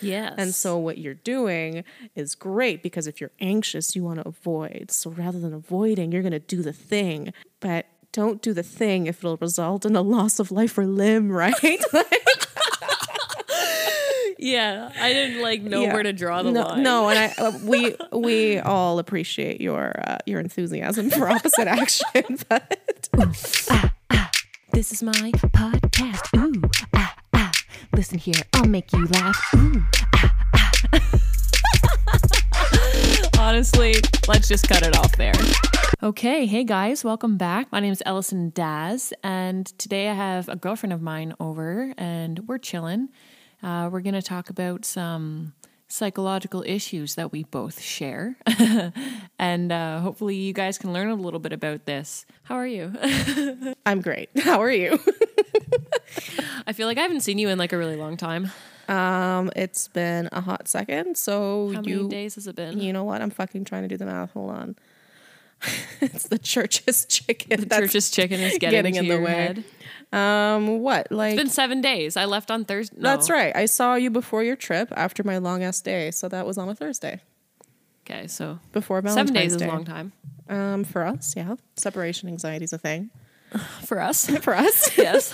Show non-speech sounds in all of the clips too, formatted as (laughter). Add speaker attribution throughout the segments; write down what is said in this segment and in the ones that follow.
Speaker 1: Yes.
Speaker 2: And so what you're doing is great because if you're anxious, you want to avoid. So rather than avoiding, you're going to do the thing. But don't do the thing if it'll result in a loss of life or limb, (laughs) right?
Speaker 1: yeah, I didn't like know
Speaker 2: Yeah.
Speaker 1: where to draw the
Speaker 2: no,
Speaker 1: line.
Speaker 2: No, and I, uh, we we all appreciate your uh, your enthusiasm for (laughs) opposite action, (laughs) but
Speaker 3: This is my podcast. Ooh, ah, ah. Listen here, I'll make you laugh. Ooh,
Speaker 1: ah, (laughs) Honestly, let's just cut it off there. Okay, hey guys, welcome back. My name is Ellison Daz, and today I have a girlfriend of mine over, and we're chilling. Uh, we're going to talk about some psychological issues that we both share, (laughs) and uh, hopefully, you guys can learn a little bit about this. How are you? (laughs)
Speaker 2: I'm great. (laughs) How are you?
Speaker 1: I feel like I haven't seen you in like a really long time.
Speaker 2: Um, it's been a hot second, so
Speaker 1: How
Speaker 2: you
Speaker 1: many days has it been?
Speaker 2: you know what? I'm fucking trying to do the math. Hold on. (laughs) it's the church's chicken.
Speaker 1: the
Speaker 2: that's-
Speaker 1: church's chicken is getting,
Speaker 2: getting
Speaker 1: to
Speaker 2: in the
Speaker 1: your
Speaker 2: way.
Speaker 1: head.
Speaker 2: Um, what like.
Speaker 1: It's been seven days. I left on Thursday. No.
Speaker 2: that's right. I saw you before your trip after my long ass day. So that was on a Thursday
Speaker 1: Okay, so
Speaker 2: before Valentine's
Speaker 1: seven days
Speaker 2: Day.
Speaker 1: is a long time
Speaker 2: Um, for us, yeah. Separation anxiety is a thing.
Speaker 1: for us.
Speaker 2: For
Speaker 1: (laughs)
Speaker 2: us.
Speaker 1: yes.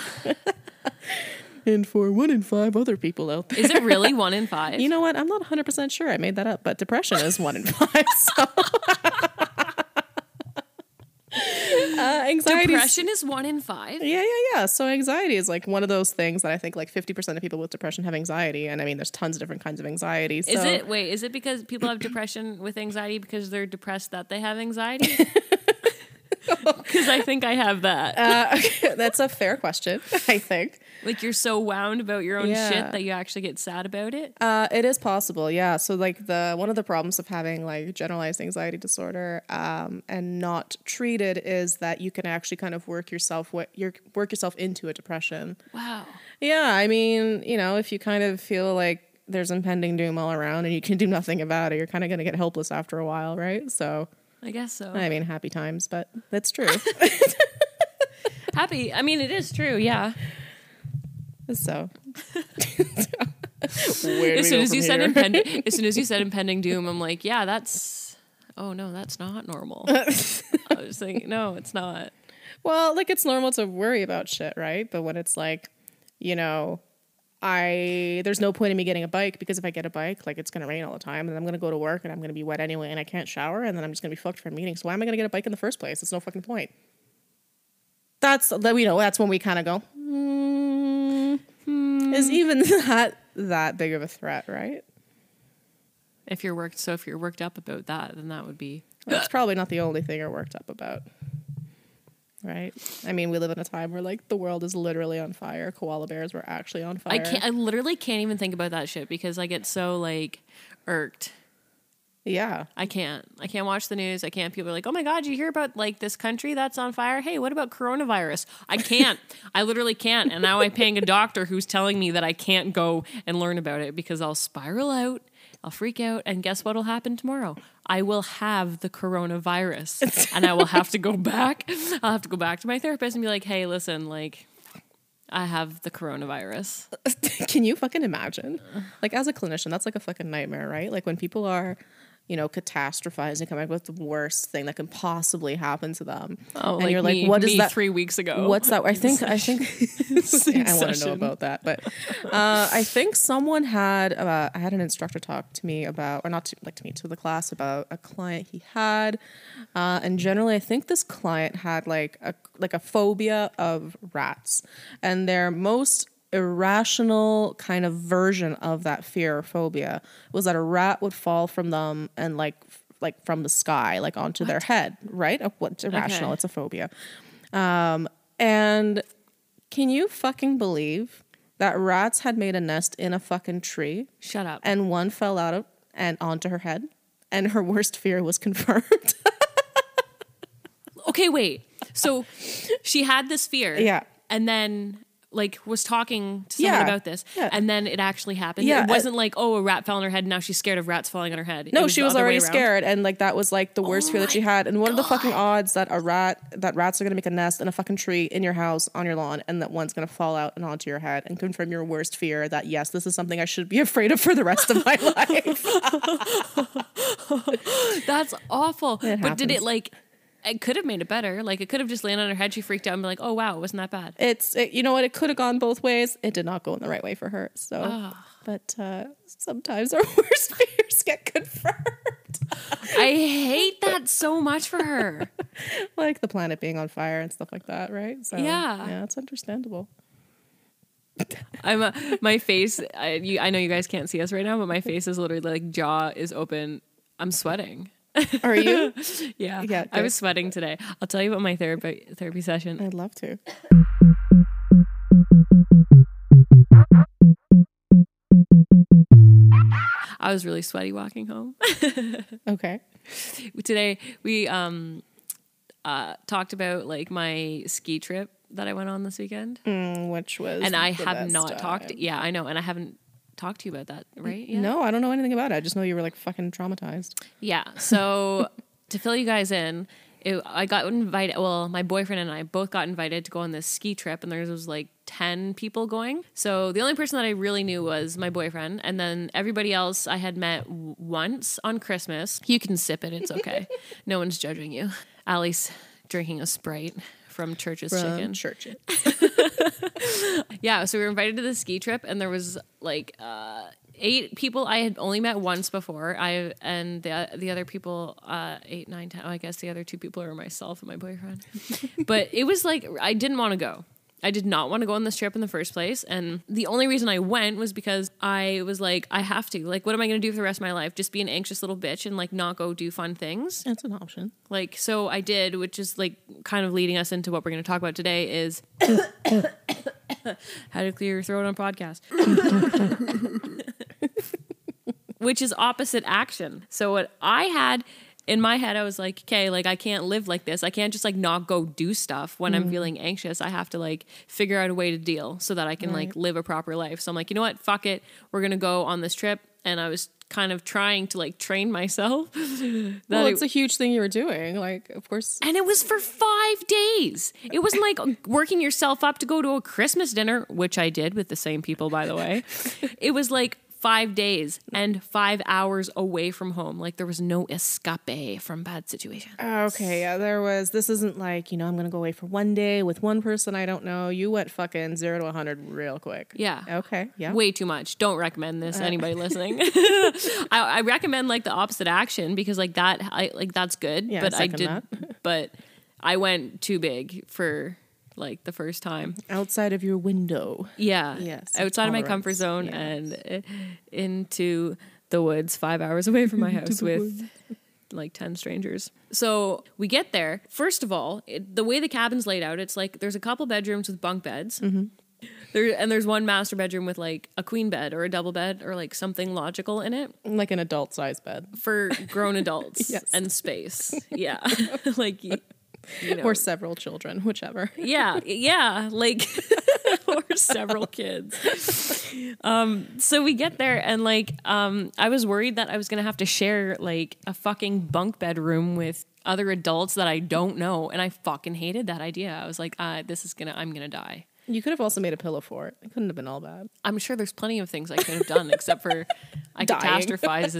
Speaker 2: (laughs) and for one in five other people out there.
Speaker 1: Is it really one in five?
Speaker 2: You know what? I'm not 100% sure I made that up, but depression is one in five. (laughs) So. Uh, anxiety.
Speaker 1: Depression is one in five.
Speaker 2: Yeah, yeah, yeah. So anxiety is like one of those things that I think like 50% of people with depression have anxiety. And I mean, there's tons of different kinds of anxiety. So
Speaker 1: Is it wait? Is it because people have depression with anxiety because they're depressed that they have anxiety?
Speaker 2: (laughs)
Speaker 1: Because I think I have that.
Speaker 2: Uh, (laughs) that's a fair question, (laughs) I think.
Speaker 1: like you're so wound about your own
Speaker 2: Yeah.
Speaker 1: shit that you actually get sad about it.
Speaker 2: Uh, it is possible, yeah. So like the one of the problems of having like generalized anxiety disorder um, and not treated is that you can actually kind of work yourself what your work yourself into a depression.
Speaker 1: Wow.
Speaker 2: Yeah, I mean, you know, if you kind of feel like there's impending doom all around and you can do nothing about it, you're kind of going to get helpless after a while, right? So
Speaker 1: I guess so.
Speaker 2: I mean, happy times, but that's (laughs) true.
Speaker 1: Happy. I mean, it is true. Yeah.
Speaker 2: so. Where do
Speaker 1: as
Speaker 2: we
Speaker 1: soon
Speaker 2: go
Speaker 1: as you
Speaker 2: from
Speaker 1: said
Speaker 2: here? (laughs)
Speaker 1: impending, as soon as you said impending doom, I'm like, yeah, that's. Oh no, that's not
Speaker 2: (laughs)
Speaker 1: normal. I was thinking, no, it's not.
Speaker 2: Well, like it's normal to worry about shit, right? But when it's like, you know, I there's no point in me getting a bike because if I get a bike, like it's gonna rain all the time, and I'm gonna go to work and I'm gonna be wet anyway, and I can't shower, and then I'm just gonna be fucked for a meeting. So why am I gonna get a bike in the first place? It's no fucking point. That's that we know. That's when we kind of go. Hmm, Is even (laughs) that that big of a threat, right?
Speaker 1: If you're worked, so if you're worked up about that, then that would be.
Speaker 2: That's probably not the only thing you're worked up about. Right? I mean, we live in a time where like the world is literally on fire. Koala bears were actually on fire.
Speaker 1: I can't. I literally can't even think about that shit because I get so like irked.
Speaker 2: Yeah. (laughs)
Speaker 1: I can't. I can't watch the news. I can't. People are like, "Oh my god, you hear about like this country that's on fire? Hey, what about coronavirus?" I can't. I literally can't. And now I'm paying a doctor who's telling me that I can't go and learn about it because I'll spiral out. I'll freak out, and guess what'll happen tomorrow? I will have the coronavirus, and I will have to go back. I'll have to go back to my therapist and be like, "Hey, listen, like, I have the coronavirus."
Speaker 2: Can you fucking imagine? Like as a clinician, that's like a fucking nightmare, right? Like when people are, you know, catastrophizing, coming up with the worst thing that can possibly happen to them.
Speaker 1: Oh,
Speaker 2: and
Speaker 1: like
Speaker 2: you're
Speaker 1: me-
Speaker 2: like, what
Speaker 1: me
Speaker 2: is that?
Speaker 1: Three weeks ago.
Speaker 2: What's that? I think I think
Speaker 1: (laughs)
Speaker 2: (laughs) I want to know
Speaker 1: session.
Speaker 2: about that, but uh, I think someone had uh, I had an instructor talk to me about, or not to, like to me to the class about a client he had, uh, and generally I think this client had like a like a phobia of rats, and their most irrational kind of version of that fear or phobia was that a rat would fall from them and like f- like from the sky like onto their head right Uh, what's irrational
Speaker 1: Okay.
Speaker 2: it's a phobia um, and can you fucking believe that rats had made a nest in a fucking tree
Speaker 1: Shut up.
Speaker 2: and one fell out of, and onto her head and her worst fear was (laughs) confirmed.
Speaker 1: okay, wait. So she had this fear.
Speaker 2: Yeah.
Speaker 1: And then like was talking to someone
Speaker 2: Yeah.
Speaker 1: about this,
Speaker 2: Yeah.
Speaker 1: and then it actually happened.
Speaker 2: Yeah,
Speaker 1: it
Speaker 2: uh,
Speaker 1: wasn't like oh, a rat fell on her head. Now she's scared of rats falling on her head.
Speaker 2: No,
Speaker 1: It
Speaker 2: she
Speaker 1: the
Speaker 2: was
Speaker 1: other way
Speaker 2: already
Speaker 1: around. Oh
Speaker 2: scared, and like that was like the worst fear that she had. And what are the fucking odds that a rat that rats are gonna make a nest in a fucking tree in your house on your lawn, and that one's gonna fall out and onto your head and confirm your worst fear that yes, this is something I should be (laughs) afraid of for the rest of my (laughs)
Speaker 1: (laughs)
Speaker 2: life.
Speaker 1: That's awful. but did it
Speaker 2: happens.
Speaker 1: like? It could have made it better. Like it could have just landed on her head. She freaked out and be like, "Oh wow, it wasn't that bad."
Speaker 2: It's it, you know what, it could have gone both ways. It did not go in the right way for her. So,
Speaker 1: Ah.
Speaker 2: but uh, sometimes our (laughs) worst fears get confirmed, (laughs)
Speaker 1: I hate that so much for her. (laughs)
Speaker 2: like the planet being on fire and stuff like that, right? So
Speaker 1: Yeah.
Speaker 2: yeah, it's understandable.
Speaker 1: I'm uh, my face. I, you, I know you guys can't see us right now, but my face is literally like jaw is open. I'm sweating. (laughs)
Speaker 2: Are you?
Speaker 1: Yeah,
Speaker 2: Yeah,
Speaker 1: I was
Speaker 2: good.
Speaker 1: sweating today. I'll tell you about my therapy therapy session.
Speaker 2: I'd love to.
Speaker 1: I was really sweaty walking home (laughs)
Speaker 2: Okay.
Speaker 1: today. We um uh talked about like my ski trip that I went on this weekend,
Speaker 2: Mm, which was
Speaker 1: and I
Speaker 2: the
Speaker 1: have
Speaker 2: best
Speaker 1: not talked.
Speaker 2: time.
Speaker 1: Yeah, I know, and I haven't talked to you about that, right? Yeah.
Speaker 2: No, I don't know anything about it. I just know you were like fucking traumatized.
Speaker 1: Yeah. So to fill you guys in, it, I got invited. Well, my boyfriend and I both got invited to go on this ski trip, and there was like ten people going. So the only person that I really knew was my boyfriend, and then everybody else I had met w- once on Christmas. You can sip it; it's okay. no one's judging you. Allie's drinking a sprite from Church's Chicken.
Speaker 2: church.
Speaker 1: Yeah, so we were invited to the ski trip, and there was like uh, eight people I had only met once before. I and the the other people, uh, eight, nine, ten. I guess the other two people are myself and my boyfriend. but it was like I didn't want to go. I did not want to go on this trip in the first place, and the only reason I went was because I was like, I have to. Like, what am I going to do for the rest of my life? Just be an anxious little bitch and like not go do fun things.
Speaker 2: That's an option.
Speaker 1: Like, so I did, which is like kind of leading us into what we're going to talk about today is (coughs) how to clear your throat on podcast. (laughs) which is opposite action. So what I had in my head, I was like, okay, like I can't live like this. I can't just like not go do stuff when I'm feeling anxious. I have to like figure out a way to deal so that I can like live a proper life. So I'm like, you know what? Fuck it. We're gonna go on this trip. And I was kind of trying to like train myself. (laughs) that
Speaker 2: Well,
Speaker 1: it-
Speaker 2: it's a huge thing you were doing. Like, of course.
Speaker 1: and it was for five days. It wasn't like working yourself up to go to a Christmas dinner, which I did with the same people, by the way. It was like five days and five hours away from home. Like there was no escape from bad situations.
Speaker 2: Okay, yeah, there was. This isn't like, you know, I'm going to go away for one day with one person I don't know. You went fucking zero to 100 real quick.
Speaker 1: Yeah.
Speaker 2: Okay, yeah. Uh.
Speaker 1: Way too much. Don't recommend this. Anybody
Speaker 2: (laughs)
Speaker 1: listening, I, I recommend like the opposite action because like that, I like that's good.
Speaker 2: Yeah,
Speaker 1: but I
Speaker 2: second
Speaker 1: did, (laughs)
Speaker 2: that.
Speaker 1: but I went too big for like the first time.
Speaker 2: Outside of your window.
Speaker 1: Yeah.
Speaker 2: Yes, a
Speaker 1: Outside of my comfort
Speaker 2: tolerance,
Speaker 1: zone
Speaker 2: yes.
Speaker 1: and uh, into the woods, five hours away from
Speaker 2: (laughs)
Speaker 1: my house with like 10 strangers. So we get there. First of all, it, the way the cabin's laid out, it's like there's a couple bedrooms with bunk beds.
Speaker 2: Mm-hmm.
Speaker 1: There, and there's one master bedroom with like a queen bed or a double bed or like something logical in it
Speaker 2: Like an adult sized bed.
Speaker 1: for
Speaker 2: (laughs)
Speaker 1: grown adults
Speaker 2: Yes.
Speaker 1: and space. Yeah. (laughs) like, y- you know.
Speaker 2: Or several children, (laughs) whichever.
Speaker 1: yeah yeah like (laughs) or several kids um so we get there and like um i was worried that i was gonna have to share like a fucking bunk bedroom with other adults that i don't know and i fucking hated that idea i was like uh this is gonna i'm gonna die
Speaker 2: You could have also made a pillow for it. It couldn't have been all bad.
Speaker 1: i'm sure there's plenty of things i could have done except for i
Speaker 2: Dying.
Speaker 1: catastrophize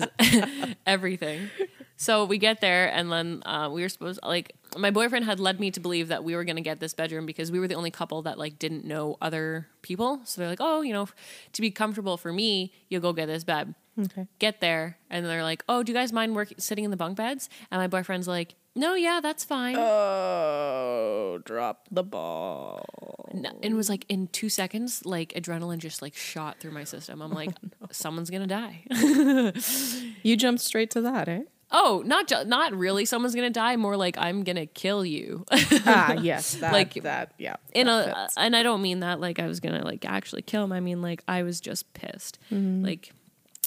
Speaker 1: (laughs) everything so we get there and then uh, we were supposed like my boyfriend had led me to believe that we were going to get this bedroom because we were the only couple that like didn't know other people so they're like oh you know f- to be comfortable for me you'll go get this bed
Speaker 2: Okay.
Speaker 1: get there and they're like oh do you guys mind work- sitting in the bunk beds and my boyfriend's like no yeah that's fine
Speaker 2: Oh, drop the ball.
Speaker 1: N- and was like in two seconds like adrenaline just like shot through my system i'm like someone's gonna die
Speaker 2: You jumped straight to that, eh?
Speaker 1: oh not ju- not really someone's gonna die more like i'm gonna kill you (laughs)
Speaker 2: ah, yes. That,
Speaker 1: Like-
Speaker 2: that, yeah.
Speaker 1: in
Speaker 2: that
Speaker 1: a
Speaker 2: fits.
Speaker 1: and I don't mean that like I was gonna like actually kill him. I mean like I was just pissed, like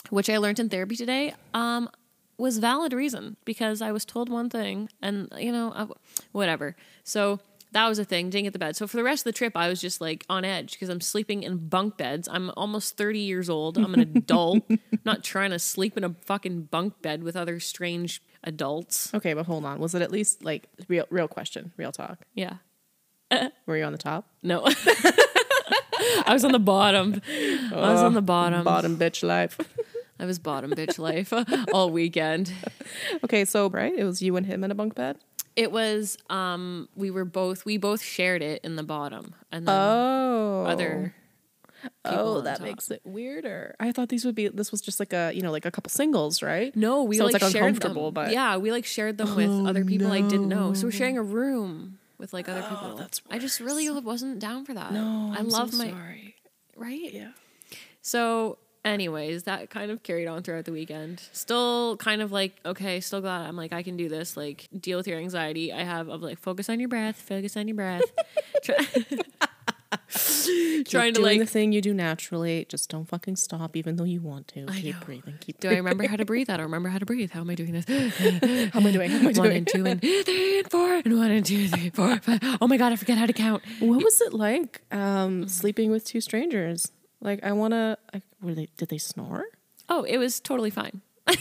Speaker 1: which I learned in therapy today. Um, was valid reason because I was told one thing and you know I- whatever. So that was a thing. Didn't get the bed. So for the rest of the trip, I was just like on edge because I'm sleeping in bunk beds. I'm almost 30 years old. I'm an adult. I'm not trying to sleep in a fucking bunk bed with other strange adults.
Speaker 2: Okay, but hold on. Was it at least like real real question, real talk?
Speaker 1: Yeah.
Speaker 2: Were you on the top?
Speaker 1: No. (laughs) I was on the bottom. I was on the bottom.
Speaker 2: Bottom bitch life.
Speaker 1: I was bottom bitch life (laughs) all weekend.
Speaker 2: okay, so right, it was you and him in a bunk bed.
Speaker 1: It was um we were both we both shared it in the bottom and then
Speaker 2: Oh,
Speaker 1: other people
Speaker 2: Oh,
Speaker 1: on
Speaker 2: that
Speaker 1: top.
Speaker 2: makes it weirder. I thought these would be. This was just like a you know like a couple singles, right?
Speaker 1: No, we
Speaker 2: So it's,
Speaker 1: like,
Speaker 2: like,
Speaker 1: shared
Speaker 2: uncomfortable,
Speaker 1: them.
Speaker 2: but- Oh,
Speaker 1: yeah, we like shared them with other people I didn't know. So we're sharing a room with like
Speaker 2: (gasps)
Speaker 1: other people.
Speaker 2: that's
Speaker 1: I just really wasn't down for that.
Speaker 2: No,
Speaker 1: I
Speaker 2: Oh, I'm so
Speaker 1: love my
Speaker 2: Sorry.
Speaker 1: right.
Speaker 2: Yeah.
Speaker 1: So, anyways, that kind of carried on throughout the weekend. Still kind of like, okay, still glad I'm like, I can do this. Like, deal with your anxiety. I have of like, focus on your breath, focus on your breath. (laughs) Try-
Speaker 2: Keep
Speaker 1: trying to
Speaker 2: doing
Speaker 1: like,
Speaker 2: the thing you do naturally. Just don't fucking stop, even though you want to. keep
Speaker 1: know.
Speaker 2: breathing. Keep.
Speaker 1: do I remember how to breathe? I don't remember how to breathe. How am I doing this?
Speaker 2: (laughs) How am I doing? How am I
Speaker 1: One
Speaker 2: doing?
Speaker 1: and two and three and four and one and two three four five. Oh my god, I forget how to count.
Speaker 2: What was it like um,
Speaker 1: Mm.
Speaker 2: sleeping with two strangers? Like, I want to. Like, were they? Did they snore?
Speaker 1: Oh, it was totally fine. (laughs)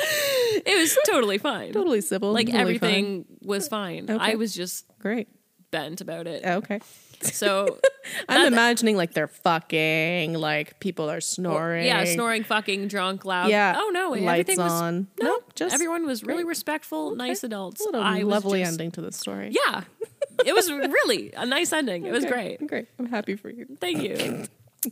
Speaker 1: it was totally fine.
Speaker 2: Totally civil.
Speaker 1: Like
Speaker 2: totally fine.
Speaker 1: everything was fine.
Speaker 2: Okay. Uh,
Speaker 1: I was just
Speaker 2: Great.
Speaker 1: bent about it.
Speaker 2: Yeah, okay. (laughs)
Speaker 1: So
Speaker 2: I'm imagining like they're fucking. Like people are snoring.
Speaker 1: yeah, snoring, fucking, drunk, loud.
Speaker 2: Yeah.
Speaker 1: Oh no,
Speaker 2: Lights
Speaker 1: everything was
Speaker 2: on.
Speaker 1: no.
Speaker 2: Nope, just
Speaker 1: everyone was really respectful, nice adults.
Speaker 2: What a
Speaker 1: I was
Speaker 2: lovely
Speaker 1: just-
Speaker 2: ending to this story. (laughs)
Speaker 1: Yeah, it was really a nice ending. It was great.
Speaker 2: Great. I'm happy for you.
Speaker 1: Thank you.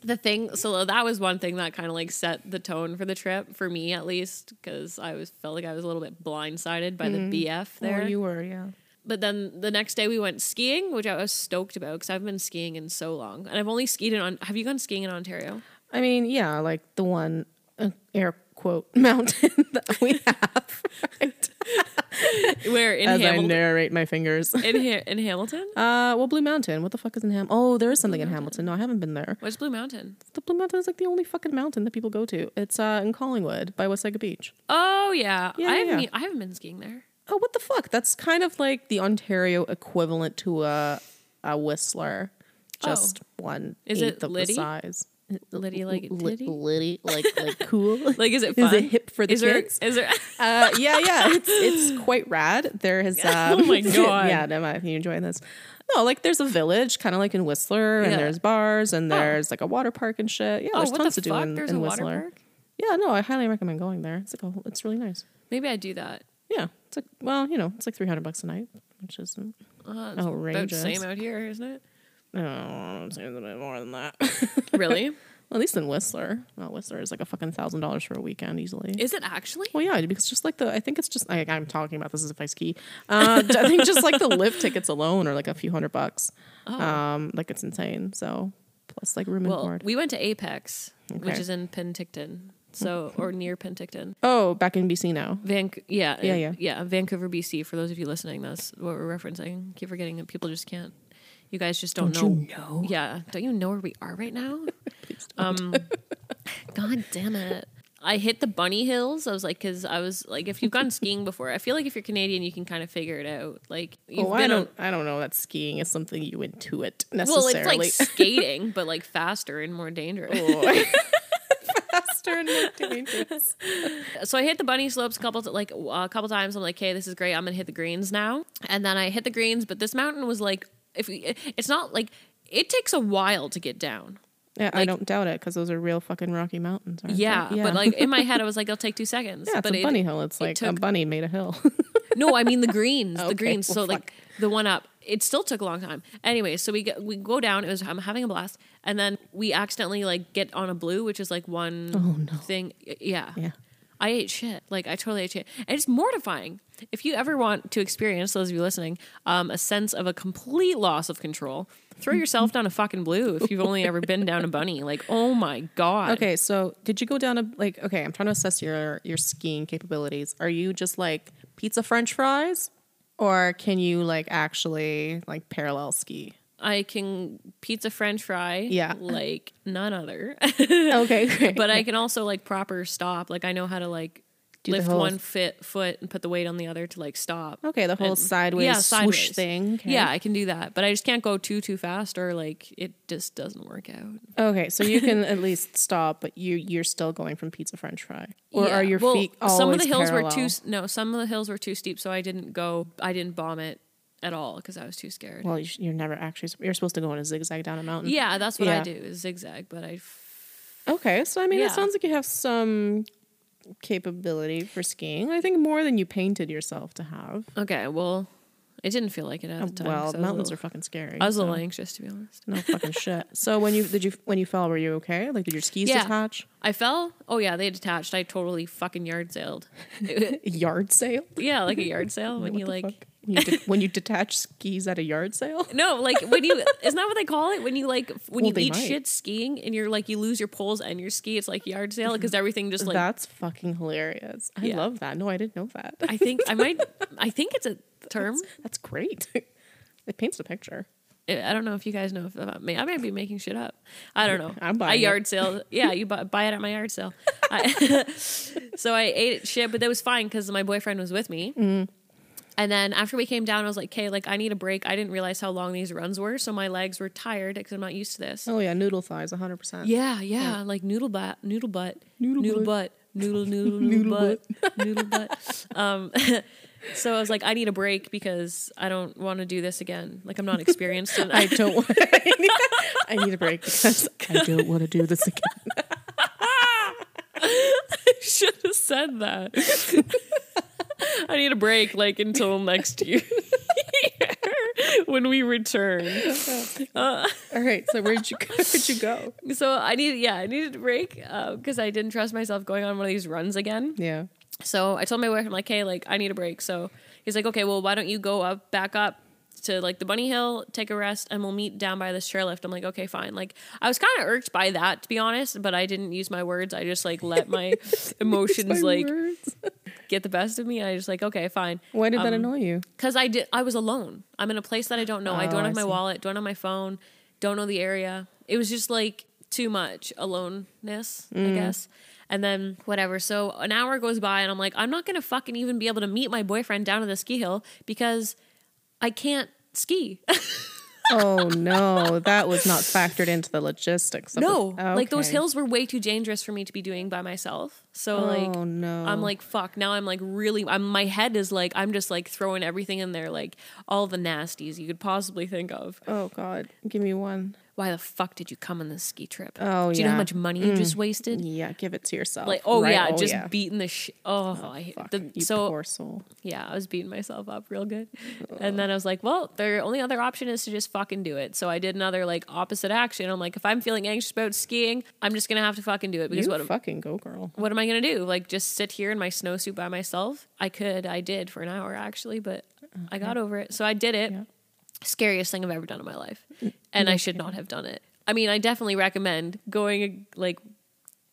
Speaker 1: The thing, so that was one thing that kind of like set the tone for the trip for me at least, because I was felt like I was a little bit blindsided by the BF there.
Speaker 2: Mm-hmm. Oh, you were, yeah.
Speaker 1: but then the next day we went skiing, which I was stoked about because I've been skiing in so long, and I've only skied in on. Have you gone skiing in
Speaker 2: (laughs)
Speaker 1: Ontario?
Speaker 2: I mean, yeah, like the one uh, air quote (laughs) mountain that we have. right?
Speaker 1: Where in
Speaker 2: (laughs) As I
Speaker 1: Hamilton?
Speaker 2: narrate my fingers. Uh,
Speaker 1: (laughs) in, Ha- in Hamilton?
Speaker 2: well, Blue Mountain. What the fuck is in Ham? Oh, there is something in Hamilton. No, I haven't been there.
Speaker 1: What's Blue Mountain?
Speaker 2: The Blue Mountain is like the only fucking mountain that people go to. It's uh, in Collingwood by Wasaga Beach.
Speaker 1: Oh yeah,
Speaker 2: Yeah,
Speaker 1: I
Speaker 2: yeah,
Speaker 1: haven't.
Speaker 2: yeah.
Speaker 1: I haven't been skiing there.
Speaker 2: Oh, what the fuck? That's kind of like the Ontario equivalent to a, a Whistler, just one
Speaker 1: Oh. Is
Speaker 2: eighth
Speaker 1: it
Speaker 2: of
Speaker 1: Liddy?
Speaker 2: the size.
Speaker 1: Liddy like
Speaker 2: Li-
Speaker 1: titty?
Speaker 2: Liddy,
Speaker 1: (laughs)
Speaker 2: like like cool.
Speaker 1: Like is it
Speaker 2: Is
Speaker 1: fun?
Speaker 2: it hip for the
Speaker 1: is
Speaker 2: kids?
Speaker 1: There, (laughs) is
Speaker 2: (laughs)
Speaker 1: there?
Speaker 2: Uh, yeah, yeah, it's it's quite rad. There is
Speaker 1: (laughs)
Speaker 2: um,
Speaker 1: Oh my God.
Speaker 2: (laughs) yeah, no, if you enjoying this, no, like there's a village, kind of like in Whistler,
Speaker 1: Yeah.
Speaker 2: and there's bars, and there's like a water park and shit. Yeah,
Speaker 1: Oh,
Speaker 2: there's
Speaker 1: what
Speaker 2: tons
Speaker 1: the
Speaker 2: to do
Speaker 1: fuck?
Speaker 2: in,
Speaker 1: There's
Speaker 2: in
Speaker 1: a water
Speaker 2: Whistler.
Speaker 1: park?
Speaker 2: Yeah, no, I highly recommend going there. It's like a, whole- it's really nice.
Speaker 1: Maybe I do that.
Speaker 2: Yeah, it's like well, you know, it's like three hundred bucks a night, which isn't.
Speaker 1: Uh,
Speaker 2: Oh,
Speaker 1: it's about the
Speaker 2: Outrageous.
Speaker 1: same out here, isn't
Speaker 2: (laughs)
Speaker 1: it?
Speaker 2: No, I'm saying a little bit more than that. (laughs)
Speaker 1: Really?
Speaker 2: Well, at least in Whistler. Well, Whistler is like a fucking thousand dollars for a weekend easily.
Speaker 1: Is it actually?
Speaker 2: well, yeah, because just like the, I think it's just like I'm talking about this as if I ski. Uh, I think just like the lift tickets alone are like a few hundred bucks. Um, like it's insane. So plus like room and
Speaker 1: Oh. Well,
Speaker 2: board.
Speaker 1: we went to Apex, which
Speaker 2: Okay.
Speaker 1: is in Penticton, so or near Penticton,
Speaker 2: oh, back in BC now.
Speaker 1: Vanc. Yeah,
Speaker 2: Yeah,
Speaker 1: uh,
Speaker 2: yeah.
Speaker 1: Vancouver, BC. For those of you listening, that's what we're referencing. Keep forgetting that people just can't. You guys just don't, know. Yeah, don't you know where we are right now?
Speaker 2: (laughs)
Speaker 1: Um, God damn it. I hit the bunny hills. I was like, because I was like, if you've gone skiing before, I feel like if you're Canadian, you can kind of figure it out. Like, you've
Speaker 2: Oh, I don't. I don't know that skiing is something you intuit
Speaker 1: well, it's
Speaker 2: necessarily. (laughs) Oh,
Speaker 1: like skating, but like faster and more dangerous.
Speaker 2: faster and more dangerous.
Speaker 1: so I hit the bunny slopes a couple t- like a couple times. I'm like, okay, this is great. I'm gonna hit the greens now, and then I hit the greens. But this mountain was like, if we, it's not like it takes a while to get down.
Speaker 2: Yeah, I
Speaker 1: Like-
Speaker 2: don't doubt it because those are real fucking Rocky Mountains. Aren't
Speaker 1: Yeah,
Speaker 2: they?
Speaker 1: but like in my head, I was like, it'll take two seconds.
Speaker 2: (laughs) yeah, it's
Speaker 1: but
Speaker 2: a bunny hill. It's like
Speaker 1: took-
Speaker 2: a bunny made a hill.
Speaker 1: (laughs)
Speaker 2: (laughs)
Speaker 1: No, I mean the greens, the
Speaker 2: Okay,
Speaker 1: greens.
Speaker 2: well,
Speaker 1: so like the one up, it still took a long time. Anyway, so we go, we go down. It was I'm having a blast, and then we accidentally like get on a blue, which is like one thing. Y- Yeah,
Speaker 2: Oh, Yeah.
Speaker 1: I ate shit. Like I totally ate shit, and it's mortifying. If you ever want to experience those of you listening, um, a sense of a complete loss of control, throw yourself down a fucking blue. If you've only ever been down a bunny, like oh my god.
Speaker 2: Okay, so did you go down a like? Okay, I'm trying to assess your your skiing capabilities. Are you just like pizza French fries, or can you like actually like parallel ski?
Speaker 1: I can pizza French fry.
Speaker 2: Yeah.
Speaker 1: like none other. (laughs)
Speaker 2: Okay, great.
Speaker 1: but I can also like proper stop. Like I know how to like
Speaker 2: Do the
Speaker 1: lift
Speaker 2: whole-
Speaker 1: one fit, foot and put the weight on the other to like stop.
Speaker 2: Okay, the whole
Speaker 1: And-
Speaker 2: sideways, swoosh thing. okay.
Speaker 1: Uh, Yeah, I can do that, but I just can't go too too fast or like it just doesn't work out.
Speaker 2: Okay, so you
Speaker 1: (laughs)
Speaker 2: can at least stop, but you you're still going from pizza French fry, or
Speaker 1: Yeah.
Speaker 2: are your
Speaker 1: Well,
Speaker 2: feet always
Speaker 1: Some of the hills
Speaker 2: parallel?
Speaker 1: were too s- no, some of the hills were too steep, so I didn't go. I didn't bomb it at all because I was too scared.
Speaker 2: Well, you sh- you're never actually. You're supposed to go in a zigzag down a mountain.
Speaker 1: yeah, that's what I
Speaker 2: yeah.
Speaker 1: do is zigzag, but I f-
Speaker 2: Okay, so I mean,
Speaker 1: Yeah.
Speaker 2: it sounds like you have some capability for skiing. I think more than you painted yourself to have.
Speaker 1: okay. Well, it didn't feel like it at the time.
Speaker 2: Oh, well,
Speaker 1: 'cause I was a
Speaker 2: mountains
Speaker 1: little-
Speaker 2: are fucking scary.
Speaker 1: I was a
Speaker 2: so
Speaker 1: little anxious to be honest.
Speaker 2: No fucking shit. So when you did you when you fell, were you okay? Like, did your skis
Speaker 1: Yeah. (laughs)
Speaker 2: detach?
Speaker 1: I fell. Oh yeah, they detached. I totally fucking yard sailed.
Speaker 2: Yard sale.
Speaker 1: yeah, like a yard sale when
Speaker 2: (laughs) What
Speaker 1: you
Speaker 2: the
Speaker 1: like.
Speaker 2: fuck? when you, de- when you detach skis at a yard
Speaker 1: (laughs)
Speaker 2: sale.
Speaker 1: No, like when you isn't that what they call it? When you like f- when
Speaker 2: Well,
Speaker 1: you
Speaker 2: they
Speaker 1: eat
Speaker 2: might.
Speaker 1: shit skiing and you're like you lose your poles and your ski, it's like yard
Speaker 2: Mm-hmm.
Speaker 1: sale because everything just like
Speaker 2: That's fucking hilarious. I
Speaker 1: Yeah.
Speaker 2: love that. No, I didn't know that.
Speaker 1: I think I might I think it's a term.
Speaker 2: (laughs) That's great. (laughs) it paints a picture.
Speaker 1: I I don't know if you guys know if about me. I might be making shit up. I don't know.
Speaker 2: I'm buying
Speaker 1: I
Speaker 2: it.
Speaker 1: yard sale. Yeah, you buy, buy it at my yard sale. I, (laughs) so I ate shit, but that was fine because my boyfriend was with me.
Speaker 2: Mm-hmm.
Speaker 1: And then after we came down, I was like, "Okay, like I need a break." I didn't realize how long these runs were, so my legs were tired because I'm not used to this.
Speaker 2: Oh yeah, noodle thighs, hundred percent.
Speaker 1: Yeah, yeah, like noodle butt, noodle butt,
Speaker 2: Noodle
Speaker 1: noodle, butt. noodle (laughs) noodle noodle
Speaker 2: Noodle
Speaker 1: butt, (laughs) noodle butt. Um, (laughs) so I was like, I need a break because I don't want to do this again. Like I'm not (laughs) experienced. in-
Speaker 2: I don't. (laughs) Want- I need a
Speaker 1: (laughs)
Speaker 2: break because I don't want to do this again.
Speaker 1: should have said that. (laughs) I need a break, like until next year (laughs) when we return.
Speaker 2: All right, so where'd you go? (laughs) where'd you go?
Speaker 1: So I need, yeah, I needed a break because I didn't trust myself going on one of these runs again.
Speaker 2: Yeah.
Speaker 1: So I told my boyfriend, like, hey, like I need a break. So he's like, okay, well, why don't you go up, back up to like the bunny hill, take a rest, and we'll meet down by this chairlift. I'm like, okay, fine. Like I was kind of irked by that, to be honest, but I didn't use my words. I just like let my emotions
Speaker 2: My
Speaker 1: like
Speaker 2: words.
Speaker 1: get the best of me. And I just like, okay, fine.
Speaker 2: Why did that annoy you?
Speaker 1: Because I did, I was alone. I'm in a place that I don't know. I
Speaker 2: Oh,
Speaker 1: don't have
Speaker 2: I
Speaker 1: my
Speaker 2: see.
Speaker 1: wallet. Don't have my phone. Don't know the area. It was just like too much aloneness,
Speaker 2: Mm.
Speaker 1: I guess. And then whatever. So an hour goes by, and I'm like, I'm not gonna fucking even be able to meet my boyfriend down at the ski hill because I can't ski. (laughs)
Speaker 2: Oh no, that was not factored into the logistics. Of
Speaker 1: no,
Speaker 2: the-
Speaker 1: like those
Speaker 2: Oh, Okay.
Speaker 1: hills were way too dangerous for me to be doing by myself. So like, um,
Speaker 2: Oh no,
Speaker 1: I'm like, fuck. Now I'm like, really, I'm, my head is like, I'm just like throwing everything in there, like all the nasties you could possibly think of.
Speaker 2: Oh god, give me one.
Speaker 1: Why the fuck did you come on this ski trip?
Speaker 2: Oh,
Speaker 1: Do you know
Speaker 2: yeah. Mm.
Speaker 1: how much money you just wasted?
Speaker 2: Yeah, give it to yourself.
Speaker 1: Like, oh
Speaker 2: right?
Speaker 1: yeah, just
Speaker 2: yeah.
Speaker 1: beating the shit. Oh, I hate
Speaker 2: Fuck,
Speaker 1: the,
Speaker 2: you
Speaker 1: so
Speaker 2: poor soul.
Speaker 1: yeah, I was beating myself up real good. And then I was like, well, their only other option is to just fucking do it. So I did another like opposite action. I'm like, if I'm feeling anxious about skiing, I'm just gonna have to fucking do it because
Speaker 2: You
Speaker 1: what am-
Speaker 2: fucking go, girl.
Speaker 1: what am I gonna do? Like just sit here in my snowsuit by myself? I could, I did for an hour actually, but I got over it. So I did it. Scariest thing I've ever done in my life,
Speaker 2: Mm,
Speaker 1: and I should not have done it. I mean, I definitely recommend going like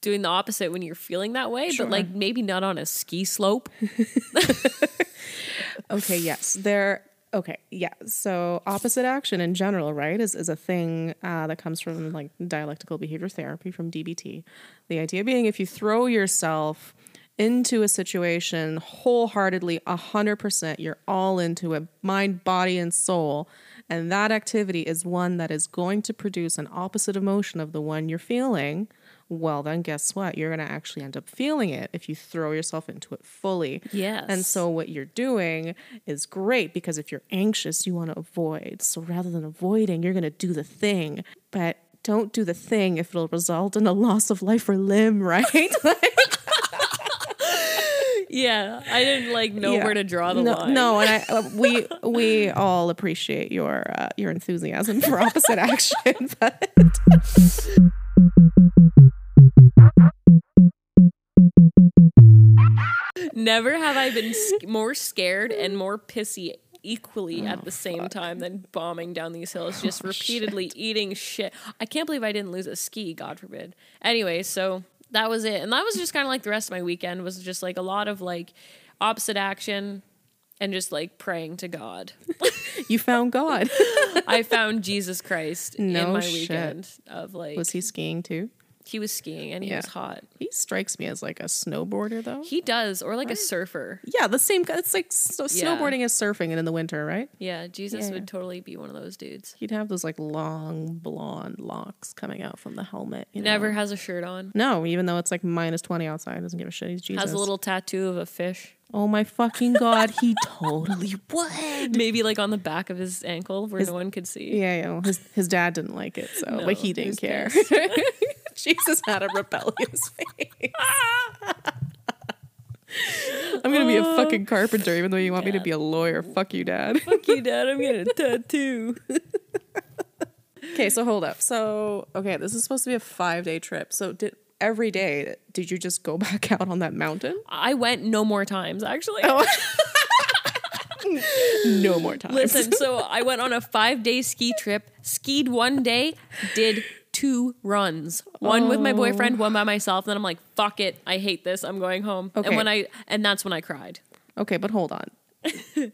Speaker 1: doing the opposite when you're feeling that way,
Speaker 2: Sure.
Speaker 1: but like maybe not on a ski
Speaker 2: (laughs)
Speaker 1: slope.
Speaker 2: Okay, yes. There okay, yeah. So opposite action in general, right, is, is a thing uh, that comes from like dialectical behavior therapy from DBT. The idea being if you throw yourself into a situation wholeheartedly, hundred percent, you're all into it, mind, body, and soul. And that activity is one that is going to produce an opposite emotion of the one you're feeling. Well, then guess what? You're going to actually end up feeling it if you throw yourself into it fully.
Speaker 1: Yes.
Speaker 2: And so what you're doing is great because if you're anxious, you want to avoid. So rather than avoiding, you're going to do the thing. But don't do the thing if it'll result in a loss of life or limb,
Speaker 1: (laughs)
Speaker 2: (laughs) right?
Speaker 1: yeah, I didn't like know
Speaker 2: Yeah.
Speaker 1: where to draw the
Speaker 2: no,
Speaker 1: line.
Speaker 2: No, and I, uh, we we all appreciate your uh, your enthusiasm for opposite (laughs) action, but
Speaker 1: Never have I been sc- more scared and more pissy equally
Speaker 2: Oh,
Speaker 1: at the same time than bombing down these hills, just repeatedly eating shit. I can't believe I didn't lose a ski, God forbid. Anyway, so that was it. And that was just kind of like the rest of my weekend was just like a lot of like opposite action and just like praying to
Speaker 2: (laughs)
Speaker 1: God.
Speaker 2: you found God. (laughs)
Speaker 1: I found Jesus Christ in
Speaker 2: No
Speaker 1: my
Speaker 2: shit.
Speaker 1: weekend of like
Speaker 2: Was he skiing too?
Speaker 1: He was skiing and he
Speaker 2: Yeah.
Speaker 1: was hot.
Speaker 2: He strikes me as like a snowboarder though.
Speaker 1: He does, or like a surfer.
Speaker 2: yeah, the same. guy- It's like so
Speaker 1: Yeah.
Speaker 2: snowboarding is surfing, and in the winter, right?
Speaker 1: Yeah, Jesus
Speaker 2: Yeah.
Speaker 1: would totally be one of those dudes.
Speaker 2: He'd have those like long blonde locks coming out from the helmet. You
Speaker 1: Never
Speaker 2: Know?
Speaker 1: has a shirt on.
Speaker 2: No, even though it's like minus twenty outside, doesn't give a shit. He's Jesus.
Speaker 1: Has a little tattoo of a fish.
Speaker 2: Oh my fucking god,
Speaker 1: (laughs)
Speaker 2: he totally would.
Speaker 1: Maybe like on the back of his ankle where no one could see.
Speaker 2: (laughs) Yeah, yeah. well, his his dad didn't like it, so
Speaker 1: No,
Speaker 2: but he didn't
Speaker 1: his
Speaker 2: care. (laughs) Jesus had a rebellious
Speaker 1: (laughs)
Speaker 2: face. I'm gonna be a
Speaker 1: Oh,
Speaker 2: fucking carpenter, even though you want me to be a lawyer. Fuck you, dad.
Speaker 1: Fuck you, Dad. I'm getting a tattoo.
Speaker 2: okay, so hold up. So okay, this is supposed to be a five day trip. So did every day did you just go (laughs) back out on that mountain?
Speaker 1: I went no more times, actually.
Speaker 2: No more times.
Speaker 1: Listen, so I went on a five day ski trip, skied one day, did two runs. One with my boyfriend, one by myself. Then I'm like, fuck it. I hate this. I'm going home.
Speaker 2: Okay.
Speaker 1: And when I and that's when I cried.
Speaker 2: Okay, but
Speaker 1: (laughs)
Speaker 2: hold on.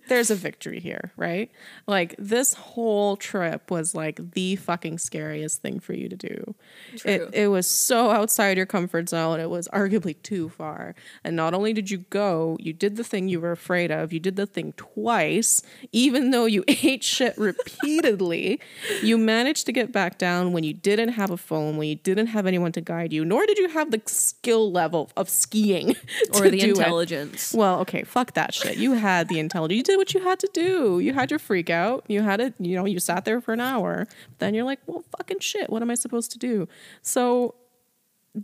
Speaker 2: There's a victory here, right? Like this whole trip was like the fucking scariest thing for you to do.
Speaker 1: True.
Speaker 2: It it was so outside your comfort zone. It was arguably too far. And not only did you go, you did the thing you were afraid of. You did the thing twice, even though you (laughs) ate shit repeatedly. you managed to get back down when you didn't have a phone, when you didn't have anyone to guide you, nor did you have the skill level of skiing (laughs)
Speaker 1: Or
Speaker 2: to
Speaker 1: the
Speaker 2: do it.
Speaker 1: intelligence.
Speaker 2: Well, okay, fuck that shit. You had the intelligence. You did what you had to do. You had your freak out. You had it, you know, you sat there for an hour. Then you're like, well, fucking shit, what am I supposed to do? So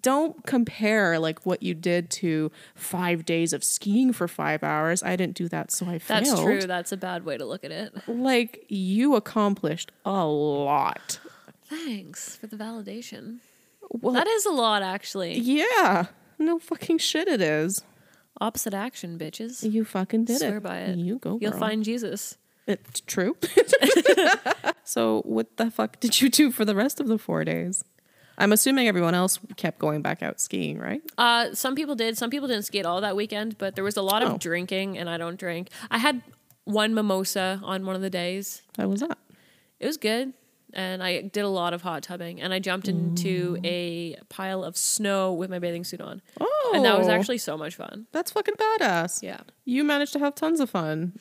Speaker 2: don't compare like what you did to five days of skiing for five hours. I didn't do that, so I failed.
Speaker 1: That's true. That's a bad way to look at it.
Speaker 2: Like you accomplished a lot.
Speaker 1: Thanks for the validation.
Speaker 2: Well,
Speaker 1: That is a lot, actually.
Speaker 2: yeah, no fucking shit, it is.
Speaker 1: Opposite action, bitches.
Speaker 2: You fucking did
Speaker 1: Swear
Speaker 2: it.
Speaker 1: by it.
Speaker 2: You go.
Speaker 1: You'll
Speaker 2: girl.
Speaker 1: find Jesus.
Speaker 2: It's true. (laughs) so, what the fuck did you do for the rest of the four days? I'm assuming everyone else kept going back out skiing, right?
Speaker 1: Uh, some people did. Some people didn't ski at all that weekend, but there was a lot of
Speaker 2: Oh.
Speaker 1: drinking, and I don't drink. I had one mimosa on one of the days.
Speaker 2: How was that?
Speaker 1: It was good, and I did a lot of hot tubbing, and I jumped into
Speaker 2: Mm.
Speaker 1: a pile of snow with my bathing suit on,
Speaker 2: Oh,
Speaker 1: and that was actually so much fun.
Speaker 2: that's fucking badass.
Speaker 1: Yeah.
Speaker 2: you managed to have tons of fun.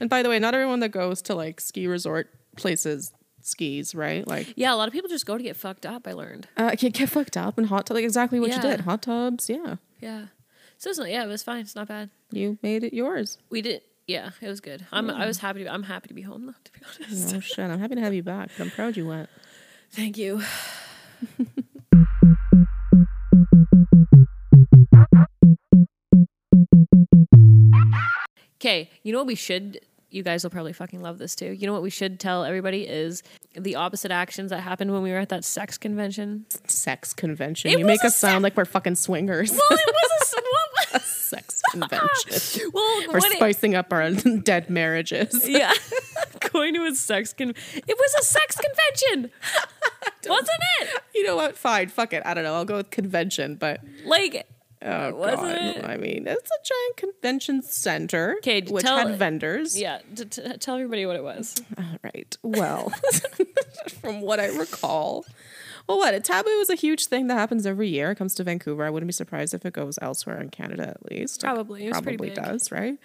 Speaker 2: And by the way, not everyone that goes to like ski resort places skis, right? Like,
Speaker 1: Yeah, a lot of people just go to get fucked up. I learned.
Speaker 2: uh, get, get fucked up in hot tub. Like exactly what you
Speaker 1: Yeah.
Speaker 2: did, hot tubs. Yeah,
Speaker 1: Yeah, so it's not. Yeah, it was fine. It's not bad.
Speaker 2: you made it (laughs) yours.
Speaker 1: We did. Yeah, it was good. I'm.
Speaker 2: Hmm.
Speaker 1: I was happy. To, I'm happy to be home though. To be (laughs) honest.
Speaker 2: Oh shit! I'm happy to have you back. but I'm proud you went.
Speaker 1: Thank you. Okay, you know what we should you guys will probably fucking love this too. You know what we should tell everybody is the opposite actions that happened when we were at that sex convention.
Speaker 2: Sex convention.
Speaker 1: It
Speaker 2: you make
Speaker 1: was a
Speaker 2: us sound like we're fucking (laughs) swingers.
Speaker 1: Well, it was a s- (laughs)
Speaker 2: sex
Speaker 1: what
Speaker 2: convention.
Speaker 1: Well, (laughs)
Speaker 2: We're
Speaker 1: what it-
Speaker 2: spicing up our (laughs) dead marriages. (laughs)
Speaker 1: yeah. (laughs) Going to a sex con It was a sex (laughs) convention. Wasn't it?
Speaker 2: You know what? Fine, fuck it. I don't know. I'll go with convention, but
Speaker 1: Like
Speaker 2: oh
Speaker 1: Wasn't
Speaker 2: god,
Speaker 1: it?
Speaker 2: I mean, it's a giant convention center,
Speaker 1: 'Kay,
Speaker 2: which
Speaker 1: tell-
Speaker 2: had vendors.
Speaker 1: yeah, t- t- tell everybody what it was.
Speaker 2: All right. Well, (laughs) from what I recall, well, what a taboo is a huge thing that happens every year. It comes to Vancouver. I wouldn't be surprised if it goes elsewhere in Canada at least. It
Speaker 1: Probably. It was pretty
Speaker 2: probably
Speaker 1: big.
Speaker 2: does, right?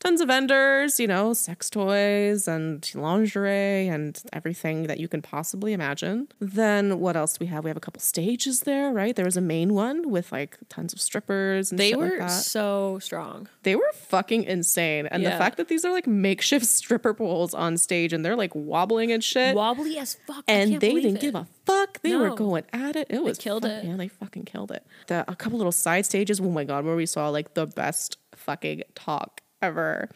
Speaker 2: Tons of vendors, you know, sex toys and lingerie and everything that you can possibly imagine. Then what else do we have? We have a couple stages there, right? There was a main one with like tons of strippers and
Speaker 1: They
Speaker 2: shit like
Speaker 1: were
Speaker 2: that
Speaker 1: so strong.
Speaker 2: they were fucking insane. And
Speaker 1: Yeah.
Speaker 2: the fact that these are like makeshift (laughs) stripper poles on stage and they're like wobbling and (laughs) shit.
Speaker 1: Wobbly as fuck. I
Speaker 2: and
Speaker 1: can't
Speaker 2: they
Speaker 1: believe
Speaker 2: didn't
Speaker 1: it.
Speaker 2: give a fuck. They were
Speaker 1: No.
Speaker 2: going at it. It was
Speaker 1: killed
Speaker 2: fuck-
Speaker 1: it.
Speaker 2: Yeah, they fucking killed it. The, a couple little side stages. Oh my god, where we saw like the best fucking talk ever.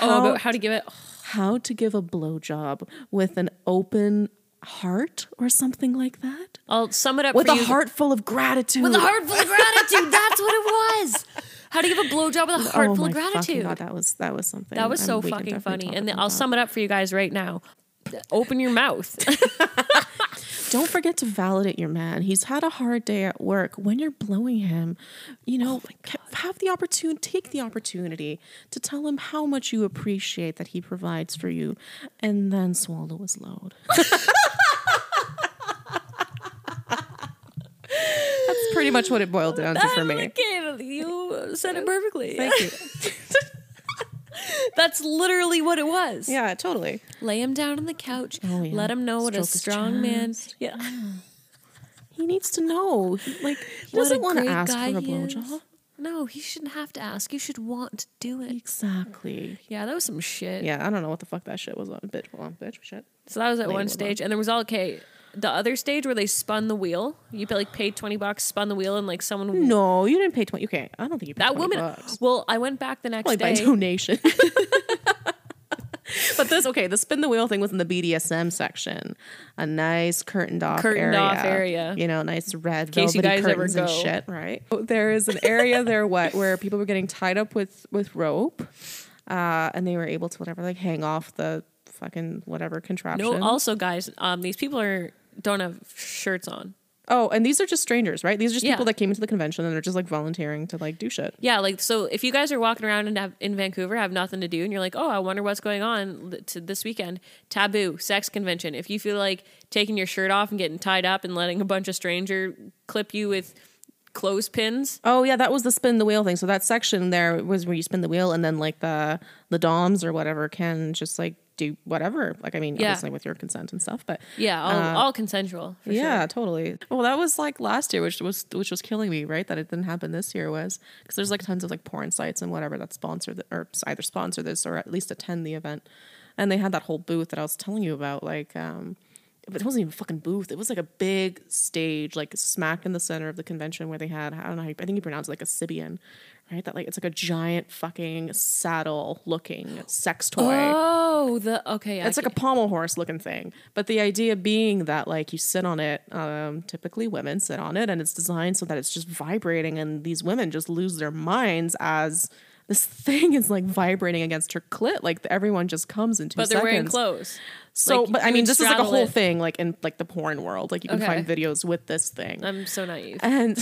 Speaker 1: Oh, about how to give it.
Speaker 2: how to give a blowjob with an open heart or something like that.
Speaker 1: I'll sum it up
Speaker 2: With
Speaker 1: for
Speaker 2: a
Speaker 1: you.
Speaker 2: heart full of gratitude.
Speaker 1: With a heart full of gratitude. That's what it
Speaker 2: (laughs)
Speaker 1: was. How to give a blowjob with a heart
Speaker 2: oh
Speaker 1: full of
Speaker 2: my fucking
Speaker 1: gratitude.
Speaker 2: God, that was that was something.
Speaker 1: that was
Speaker 2: Um,
Speaker 1: so
Speaker 2: we can
Speaker 1: fucking
Speaker 2: definitely
Speaker 1: funny.
Speaker 2: talk
Speaker 1: And then
Speaker 2: about
Speaker 1: I'll
Speaker 2: that.
Speaker 1: sum it up for you guys right now. Open your mouth.
Speaker 2: (laughs) Don't forget to validate your man. He's had a hard day at work. When you're blowing him, you know, ca- have the opportunity, take the opportunity to tell him how much you appreciate that he provides for you, and then swallow his (laughs) load. That's pretty much what it boiled down to for me.
Speaker 1: Okay, you said it perfectly.
Speaker 2: Thank you. (laughs)
Speaker 1: That's literally what it was.
Speaker 2: Yeah, totally.
Speaker 1: Lay him down on the couch.
Speaker 2: Oh, yeah.
Speaker 1: Let him know what a
Speaker 2: Stroke his
Speaker 1: strong man. Yeah.
Speaker 2: He needs to know. He, like, he
Speaker 1: What a
Speaker 2: doesn't want to
Speaker 1: great
Speaker 2: ask
Speaker 1: guy
Speaker 2: for a
Speaker 1: he is.
Speaker 2: blowjob.
Speaker 1: No, he shouldn't have to ask. You should want to do it.
Speaker 2: Exactly.
Speaker 1: Yeah, that was some shit.
Speaker 2: Yeah, I don't know what the fuck that shit was on. Bitch, hold on, bitch, shit.
Speaker 1: So that was at
Speaker 2: Label
Speaker 1: one
Speaker 2: them.
Speaker 1: stage, and there was all okay. The other stage where they spun the wheel, you pay, like paid twenty bucks, spun the wheel, and like someone
Speaker 2: No, you didn't pay twenty. Okay, I don't think you paid
Speaker 1: Mm. that
Speaker 2: 20
Speaker 1: woman. (laughs)
Speaker 2: Hmm, Bucks.
Speaker 1: Well, I went back the next
Speaker 2: Probably by
Speaker 1: day. (laughs)
Speaker 2: donation. but this okay, the spin the wheel thing was in the BDSM section, a nice curtained off
Speaker 1: Curtained
Speaker 2: area,
Speaker 1: off area.
Speaker 2: You know, nice red
Speaker 1: case you
Speaker 2: velvety
Speaker 1: guys ever
Speaker 2: curtains and
Speaker 1: go.
Speaker 2: shit, right? There is an area there what (laughs) where people were getting tied up with with rope, uh, and they were able to whatever like hang off the fucking whatever contraption.
Speaker 1: No, also guys, um, these people are don't have shirts on.
Speaker 2: oh, and these are just strangers, right? These are just
Speaker 1: Yeah.
Speaker 2: people that came into the convention and they're just like volunteering to like do shit.
Speaker 1: Yeah, like so. If you guys are walking around in, Av- in Vancouver, have nothing to do, and you're like, oh, I wonder what's going on th- to this weekend. Taboo sex convention. If you feel like taking your shirt off and getting tied up and letting a bunch of stranger clip you with clothespins,
Speaker 2: Oh yeah, that was the spin the wheel thing. So that section there was where you spin the wheel, and then like the the DOMs or whatever can just like do whatever. Like I mean,
Speaker 1: Yeah.
Speaker 2: obviously with your consent and stuff, but
Speaker 1: yeah, all, all consensual. For sure.
Speaker 2: Uh, yeah, totally. Well, that was like last year, which was which was killing me, right? That it didn't happen this year was because there's like tons of like porn sites and whatever that sponsor the, or either sponsor this or at least attend the event, and they had that whole booth that I was telling you about, like. um but it wasn't even a fucking booth. It was like a big stage, like smack in the center of the convention where they had I don't know. How you, I think you pronounce it like a Sibian, right? That like it's like a giant fucking saddle looking sex toy
Speaker 1: Oh, the okay. yeah,
Speaker 2: it's like a pommel horse looking thing but the idea being that like you sit on it um, typically women sit on it and it's designed so that it's just vibrating and these women just lose their minds as this (laughs) thing is like vibrating against her clit like everyone just comes into
Speaker 1: but they're wearing
Speaker 2: seconds.
Speaker 1: clothes.
Speaker 2: so
Speaker 1: Like,
Speaker 2: but i
Speaker 1: you
Speaker 2: mean
Speaker 1: would
Speaker 2: this is like a
Speaker 1: straddle
Speaker 2: whole
Speaker 1: it.
Speaker 2: thing like in like the porn world like you can
Speaker 1: Okay.
Speaker 2: find videos with this thing
Speaker 1: I'm so naive.
Speaker 2: (laughs) and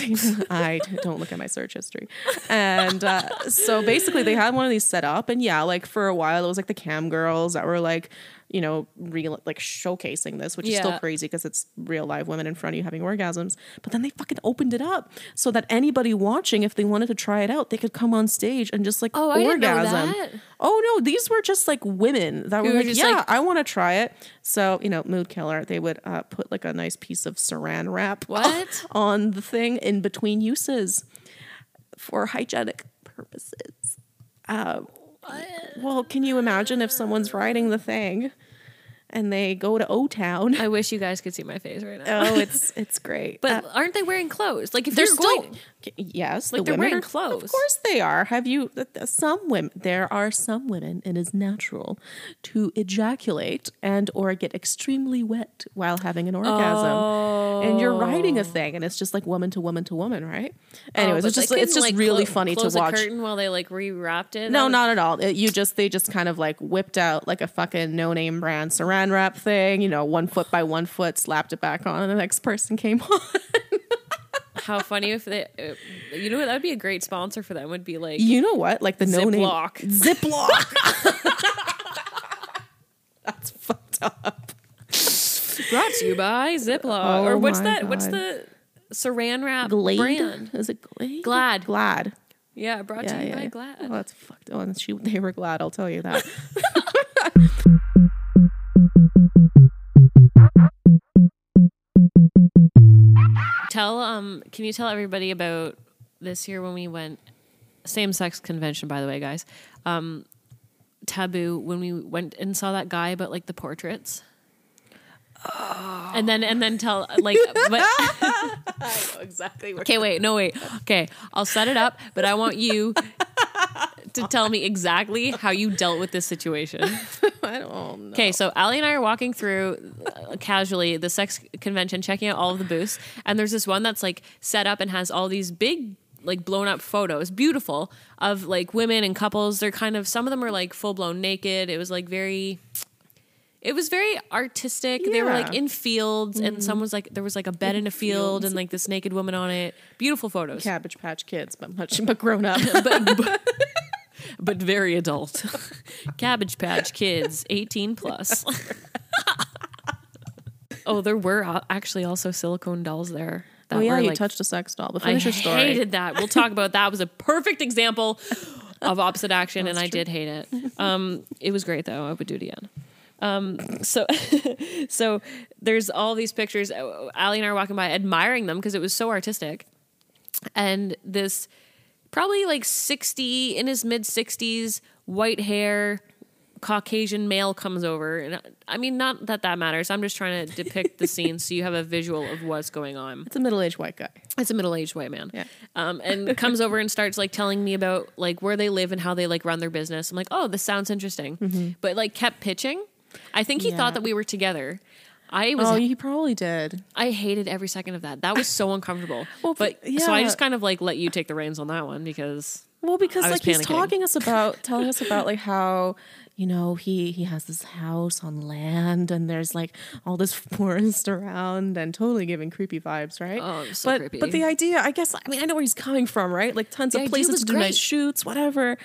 Speaker 2: I don't look at my search history. And uh, so basically, they had one of these set up, and yeah, like for a while, it was like the cam girls that were like, you know, real like showcasing this, which is
Speaker 1: Yeah.
Speaker 2: still crazy because it's real live women in front of you having orgasms. But then they fucking opened it up so that anybody watching, if they wanted to try it out, they could come on stage and just like
Speaker 1: Oh, I
Speaker 2: orgasm.
Speaker 1: didn't know that.
Speaker 2: Oh no, these were just like women that were,
Speaker 1: were
Speaker 2: like,
Speaker 1: just
Speaker 2: yeah,
Speaker 1: like-
Speaker 2: I want to try it. So you know, mood killer. They would uh, put like a nice piece of Saran wrap (laughs)
Speaker 1: What?
Speaker 2: on the thing in between uses for hygienic purposes. Uh, well, can you imagine if someone's riding the thing and they go to O Town?
Speaker 1: I wish you guys could see my face right now.
Speaker 2: Oh, (laughs) it's it's great.
Speaker 1: but
Speaker 2: Uh,
Speaker 1: aren't they wearing clothes? Like if
Speaker 2: they're
Speaker 1: you're
Speaker 2: still
Speaker 1: going,
Speaker 2: K- yes,
Speaker 1: Like,
Speaker 2: the
Speaker 1: they're
Speaker 2: women
Speaker 1: wearing
Speaker 2: are-
Speaker 1: clothes.
Speaker 2: Of course they are. Have you th- th- some women? There are some women. It is natural to ejaculate and or get extremely wet while having an orgasm, and you're riding a thing, and it's just like woman to woman to woman, right? Anyways,
Speaker 1: Oh,
Speaker 2: it's
Speaker 1: but
Speaker 2: just
Speaker 1: they
Speaker 2: it's
Speaker 1: couldn't,
Speaker 2: just
Speaker 1: like,
Speaker 2: really
Speaker 1: clo-
Speaker 2: funny to
Speaker 1: close a
Speaker 2: watch.
Speaker 1: curtain while they like rewrapped it.
Speaker 2: No,
Speaker 1: That
Speaker 2: not at all. It- you just they just kind of like whipped out like a fucking no name brand saran wrap thing, you know, one foot by one foot, slapped it back on, and the next person came on.
Speaker 1: was- How funny if they, uh, you know, what? that'd be a great sponsor for them. Would be like
Speaker 2: You know what? Like the no name
Speaker 1: Ziploc. (laughs)
Speaker 2: Ziploc. That's fucked up.
Speaker 1: brought to you by Ziploc,
Speaker 2: Oh
Speaker 1: or what's
Speaker 2: my
Speaker 1: that? What's
Speaker 2: God.
Speaker 1: the Saran wrap
Speaker 2: Glade
Speaker 1: brand?
Speaker 2: is it Glade?
Speaker 1: Glad.
Speaker 2: Glad.
Speaker 1: Yeah, brought
Speaker 2: Yeah,
Speaker 1: to you
Speaker 2: yeah.
Speaker 1: by
Speaker 2: yeah.
Speaker 1: Glad.
Speaker 2: Oh, that's fucked. Oh, and she they were glad. I'll tell you that.
Speaker 1: (laughs) Tell um, can you tell everybody about this year when we went same sex convention? By the way, guys, um, taboo when we went and saw that guy about like the portraits, and then and then tell like. (laughs) But,
Speaker 2: I know exactly. Where
Speaker 1: okay, wait, no, wait. Okay, I'll set it up, but I want you to tell me exactly how you dealt with this situation.
Speaker 2: I don't know.
Speaker 1: Okay, so Allie and I are walking through uh, casually the sex convention, checking out all of the booths, and there's this one that's like set up and has all these big, like blown up photos, beautiful of like women and couples. They're kind of some of them are like full blown naked. It was like very. It was very artistic. They were
Speaker 2: Yeah.
Speaker 1: like in fields, and someone was like, there was like a bed in a field, and like this naked woman on it. Beautiful photos,
Speaker 2: Cabbage Patch Kids, but much but
Speaker 1: (laughs)
Speaker 2: grown up.
Speaker 1: but, but, but very adult. (laughs) Cabbage Patch Kids, 18 plus. (laughs) oh, there were uh, actually also silicone dolls there.
Speaker 3: that
Speaker 2: Oh, yeah,
Speaker 3: were
Speaker 2: you
Speaker 3: like
Speaker 2: touched a sex doll. But
Speaker 1: I
Speaker 2: finish your story.
Speaker 1: hated that. We'll talk about that. It was a perfect example of opposite action, and I did hate it. Um, it was great though. I would do it again. Um, so, (laughs) so there's all these pictures. Allie and I are walking by, admiring them because it was so artistic. And this probably like 60 in his mid 60s, white hair, Caucasian male comes over, and I mean, not that that matters. I'm just trying to
Speaker 2: (laughs)
Speaker 1: depict the scene so you have a visual of what's going on.
Speaker 2: It's a middle aged white guy.
Speaker 1: It's a middle aged white man.
Speaker 2: Yeah.
Speaker 1: Um, and comes over and starts like telling me about like where they live and how they like run their business. I'm like, oh, this sounds interesting. But like kept pitching. I think he
Speaker 2: Yeah.
Speaker 1: thought that we were together. I was
Speaker 2: Oh, he probably did.
Speaker 1: I hated every second of that. That was so uncomfortable.
Speaker 2: Well,
Speaker 1: but
Speaker 2: but-
Speaker 1: so I
Speaker 2: yeah.
Speaker 1: just kind of like let you take the reins on that one because
Speaker 2: Well, because
Speaker 1: I was
Speaker 2: like he's
Speaker 1: panicking.
Speaker 2: talking
Speaker 1: (laughs)
Speaker 2: us about telling us about like how you know he he has this house on land and there's like all this (laughs) forest around and totally giving creepy vibes, right?
Speaker 1: Oh, it was so
Speaker 2: but
Speaker 1: creepy.
Speaker 2: but the idea, I guess, I mean, I know where he's coming from, right? Like tons
Speaker 1: The
Speaker 2: of
Speaker 1: idea
Speaker 2: places
Speaker 1: was
Speaker 2: to do
Speaker 1: great.
Speaker 2: nice shoots, whatever.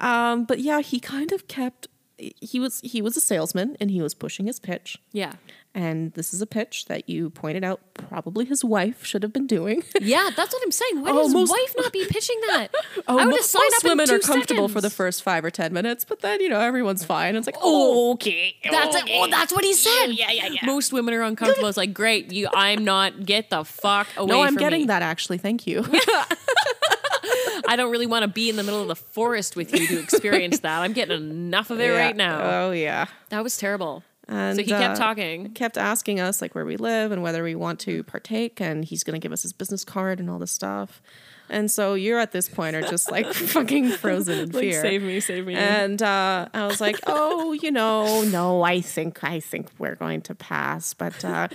Speaker 2: Um, but yeah, he kind of kept he was he was a salesman and he was pushing his pitch.
Speaker 1: yeah.
Speaker 2: And this is a pitch that you pointed out probably his wife should have been doing. (laughs)
Speaker 1: Yeah, that's what I'm saying. Why
Speaker 2: Oh,
Speaker 1: does
Speaker 2: most-
Speaker 1: wife not be pitching that?
Speaker 2: Oh,
Speaker 1: I would
Speaker 2: mo-
Speaker 1: have signed up
Speaker 2: most
Speaker 1: in
Speaker 2: women
Speaker 1: two
Speaker 2: are comfortable for the
Speaker 1: seconds.
Speaker 2: first five or ten minutes, but then you know everyone's fine. It's like, oh,
Speaker 4: Okay.
Speaker 1: That's it.
Speaker 4: okay.
Speaker 1: Oh, that's what he said.
Speaker 4: Yeah, yeah, yeah.
Speaker 1: Most women are uncomfortable. It's like, great, you. I'm not. Get the fuck away.
Speaker 2: no, I'm
Speaker 1: from
Speaker 2: getting
Speaker 1: me.
Speaker 2: that actually. Thank (laughs) you.
Speaker 1: I don't really want to be in the middle of the forest with (laughs) you to experience that. I'm getting enough of it
Speaker 2: Yeah.
Speaker 1: right now.
Speaker 2: Oh yeah.
Speaker 1: that was terrible.
Speaker 2: And
Speaker 1: so he kept
Speaker 2: uh,
Speaker 1: talking.
Speaker 2: kept asking us like where we live and whether we want to partake, and he's gonna give us his business card and all this stuff. And so you're at this point are just like (laughs) fucking frozen in fear.
Speaker 1: me, save me.
Speaker 2: And uh, I was (laughs) like, oh, you know, no, I think I think we're going to pass. But uh,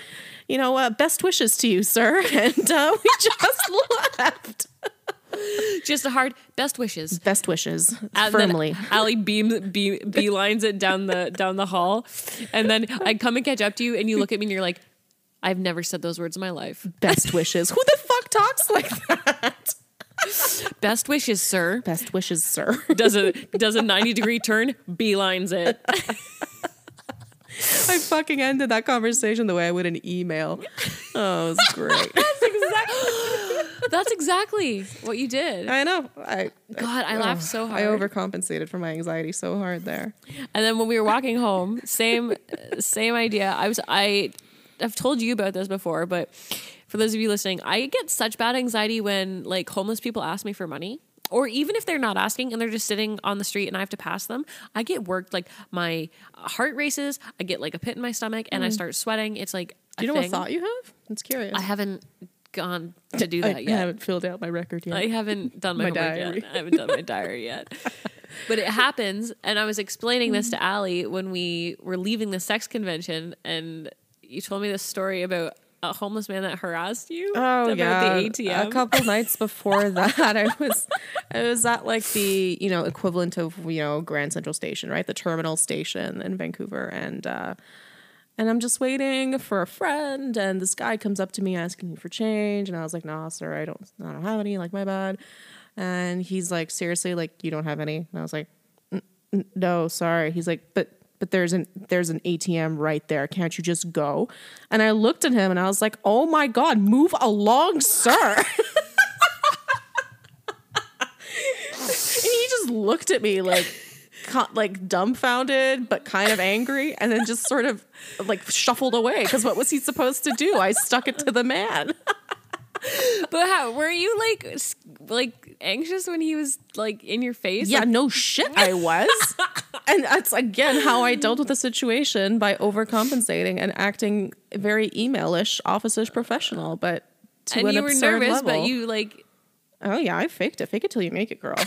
Speaker 2: you know, uh, best wishes to you, sir. (laughs) And uh, we just (laughs) left.
Speaker 1: Just a hard best wishes.
Speaker 2: Best wishes,
Speaker 1: And then (laughs)
Speaker 2: (laughs) firmly.
Speaker 1: Allie beams, be, beelines it down the down the hall, and then I come and catch up to you, and you look at me, and you're like, "I've never said those words in my life."
Speaker 2: best wishes. Who the fuck talks like that?
Speaker 1: Best wishes, (laughs) sir.
Speaker 2: Best wishes, sir.
Speaker 1: Does a does a ninety degree turn, beelines it.
Speaker 2: I fucking ended that conversation the way I would an (laughs) email. Oh, it was great.
Speaker 1: That's exactly what you did.
Speaker 2: I know. I
Speaker 1: God, I laughed so hard.
Speaker 2: I overcompensated for my anxiety so hard there.
Speaker 1: And then when we were walking home, same same idea. I was I I've told you about this before, but for those of you listening, I get such bad anxiety when like homeless people ask me for money. Or even if they're not asking and they're just sitting on the street and I have to pass them, I get worked. Like my heart races, I get like a pit in my stomach, and I start sweating. It's like
Speaker 2: Mm. Do you
Speaker 1: a
Speaker 2: know what
Speaker 1: thing.
Speaker 2: thought you have? It's curious.
Speaker 1: I haven't gone to do
Speaker 2: I-
Speaker 1: that yet.
Speaker 2: I haven't filled out my record yet. (laughs)
Speaker 1: I haven't done my,
Speaker 2: My
Speaker 1: homework
Speaker 2: diary.
Speaker 1: yet. I haven't done my diary
Speaker 2: (laughs)
Speaker 1: yet. But it happens, and I was explaining this to Allie when we were leaving the sex convention, and you told me this story about a homeless man that harassed you
Speaker 2: Oh
Speaker 1: about
Speaker 2: yeah,
Speaker 1: the ATM.
Speaker 2: a couple nights before that, I was, I was at like the you know equivalent of you know Grand Central Station, right, the terminal station in Vancouver, and uh, and I'm just waiting for a friend, and this guy comes up to me asking me for change, and I was like, Nah, sir, I don't, I don't have any, like my bad, and he's like, Seriously, like you don't have any, and I was like, "N- n- No, sorry. He's like, but. But there's an there's an ATM right there. Can't you just go? And I looked at him and I was like, "Oh my god, move along, sir." (laughs) And he just looked at me like, co- like dumbfounded, but kind of angry, and then just sort of like shuffled away. Because what was he supposed to do? I stuck it to the man.
Speaker 1: but how were you like s- like anxious when he was like in your face?
Speaker 2: Yeah,
Speaker 1: Like,
Speaker 2: no shit,
Speaker 1: (laughs)
Speaker 2: I was. and that's again how I dealt with the situation by overcompensating and acting very emailish, office-ish professional, but to
Speaker 1: and
Speaker 2: an
Speaker 1: you were
Speaker 2: absurd
Speaker 1: nervous,
Speaker 2: level.
Speaker 1: but you like
Speaker 2: oh yeah, I faked it. Fake it till you make
Speaker 1: (laughs)
Speaker 2: it, girl.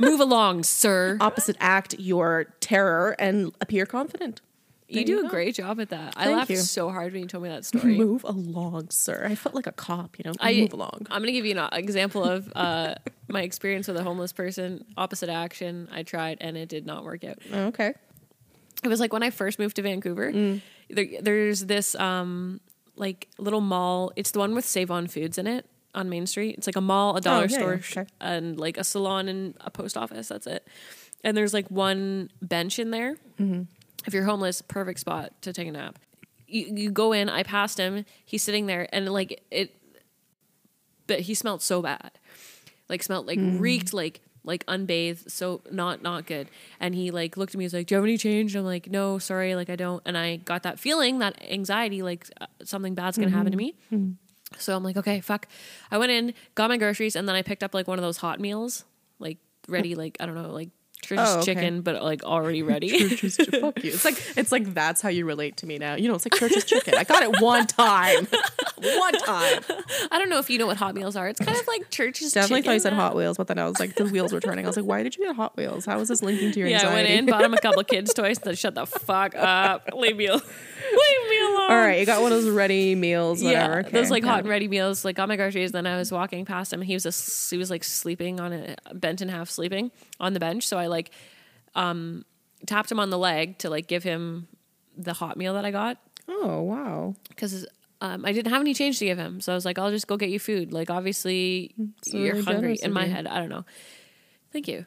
Speaker 1: move along,
Speaker 2: (laughs)
Speaker 1: sir.
Speaker 2: Opposite act your terror and appear confident.
Speaker 1: You
Speaker 2: there
Speaker 1: do
Speaker 2: you
Speaker 1: a
Speaker 2: go.
Speaker 1: great job at that. I
Speaker 2: Thank
Speaker 1: laughed
Speaker 2: you.
Speaker 1: so hard when you told me
Speaker 2: (laughs)
Speaker 1: that story.
Speaker 2: Move along, sir. I felt like a cop, you know.
Speaker 1: I,
Speaker 2: Move along.
Speaker 1: I'm gonna give you an example of uh, (laughs) my experience with a homeless person. Opposite action. I tried and it did not work out. (laughs)
Speaker 2: Oh, Okay.
Speaker 1: It was like when I first moved to Vancouver.
Speaker 2: Mm.
Speaker 1: There, there's this um, like little mall. It's the one with Save On Foods in it on Main Street. It's like a mall, a dollar
Speaker 2: Oh, yeah, yeah,
Speaker 1: store,
Speaker 2: okay.
Speaker 1: and like a salon and a post office. That's it. And there's like one bench in there.
Speaker 2: Mm-hmm.
Speaker 1: If you're homeless, perfect spot to take a nap. You, you go in. I passed him. He's sitting there, and like it but he smelled so bad like smelled like
Speaker 2: Hmm.
Speaker 1: reeked like like unbathed so not not good and he like looked at me he's like do you have any change i'm like no sorry like i don't and i got that feeling that anxiety like uh, something bad's gonna happen to me
Speaker 2: Mm-hmm.
Speaker 1: so i'm like okay fuck i went in got my groceries and then i picked up like one of those hot meals like ready like i don't know like Trish's
Speaker 2: Oh, okay.
Speaker 1: chicken but like already ready
Speaker 2: Church's chicken. Fuck you. It's like it's like that's how you relate to me now. You know, it's like church's chicken. I got it
Speaker 1: (laughs)
Speaker 2: one time, one time.
Speaker 1: (laughs) i don't know if you know what hot meals are it's kind of like church's
Speaker 2: Definitely
Speaker 1: chicken
Speaker 2: thought you said
Speaker 1: now.
Speaker 2: Hot Wheels, but then I was like, the
Speaker 1: (laughs)
Speaker 2: wheels were turning. I was like, why did you get Hot Wheels? How is this linking to your
Speaker 1: yeah, I
Speaker 2: anxiety?
Speaker 1: went in, bought him a couple of kids' toys, and then shut the fuck up. Leave me, al- (laughs) leave me alone.
Speaker 2: All right, you got one of those ready meals, whatever.
Speaker 1: Yeah, those like hot and ready meals. Like got my groceries. Then I was walking past him. He was a, he was like sleeping on a bent in half, sleeping on the bench. So I like um tapped him on the leg to like give him the hot meal that I got
Speaker 2: Oh wow.
Speaker 1: because um, I didn't have any change to give him. So I was like, I'll just go get you food. Like obviously you're
Speaker 2: really
Speaker 1: hungry.
Speaker 2: generous
Speaker 1: In
Speaker 2: of
Speaker 1: my
Speaker 2: you.
Speaker 1: head, I don't know. Thank you.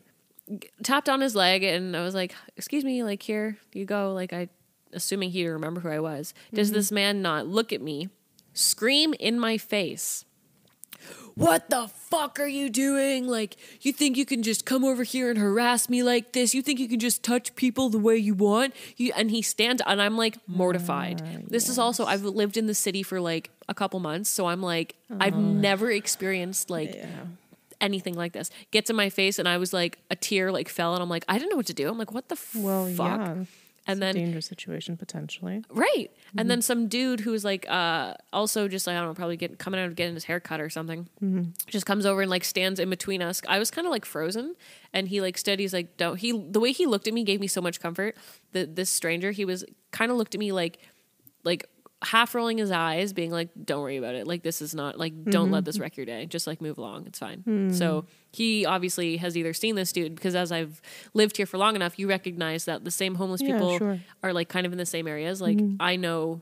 Speaker 1: G- tapped on his leg and I was like, "Excuse me, like here you go." Like I, assuming he remember who I was. Does
Speaker 2: Mm-hmm.
Speaker 1: this man not look at me, scream in my face? What the fuck are you doing? Like, you think you can just come over here and harass me like this? You think you can just touch people the way you want? You and he stands and I'm like mortified.
Speaker 2: Ah,
Speaker 1: this is also I've lived in the city for like a couple months, so I'm like
Speaker 2: Uh-huh.
Speaker 1: I've never experienced like anything like this gets in my face and i was like a tear like fell and i'm like i didn't know what to do i'm like what the
Speaker 2: Well,
Speaker 1: fuck
Speaker 2: yeah.
Speaker 1: and
Speaker 2: It's a Mm-hmm.
Speaker 1: then
Speaker 2: dangerous situation potentially.
Speaker 1: right and then some dude who was like uh also just like i don't know probably getting coming out of getting his hair cut or something
Speaker 2: Mm-hmm.
Speaker 1: just comes over and like stands in between us i was kind of like frozen and he like stood he's like don't he the way he looked at me gave me so much comfort that this stranger he was kind of looked at me like like half rolling his eyes being like don't worry about it like this is not like don't
Speaker 2: Mm-hmm.
Speaker 1: let this wreck your day just like move along it's fine
Speaker 2: Hmm.
Speaker 1: so he obviously has either seen this dude because as i've lived here for long enough you recognize that the same homeless
Speaker 2: Yeah,
Speaker 1: people
Speaker 2: sure. Mm-hmm.
Speaker 1: are like kind of in the same areas like i know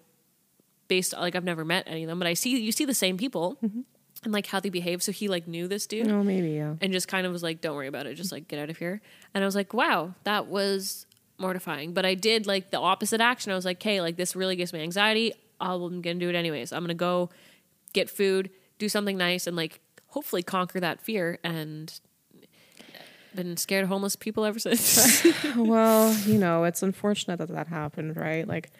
Speaker 1: based like i've never met any of them but i see you see the same people and like how they behave so he like knew this dude
Speaker 2: No, Oh, maybe yeah.
Speaker 1: and just kind of was like, "Don't worry about it. Just like get out of here." And I was like, "Wow, that was mortifying." But I did like the opposite action. I was like, "Hey, like this really gives me anxiety. I'll- I'm gonna do it anyways. I'm gonna go get food, do something nice, and like hopefully conquer that fear." And been scared of homeless people ever since.
Speaker 2: well, you know, it's unfortunate that that happened, right? Like,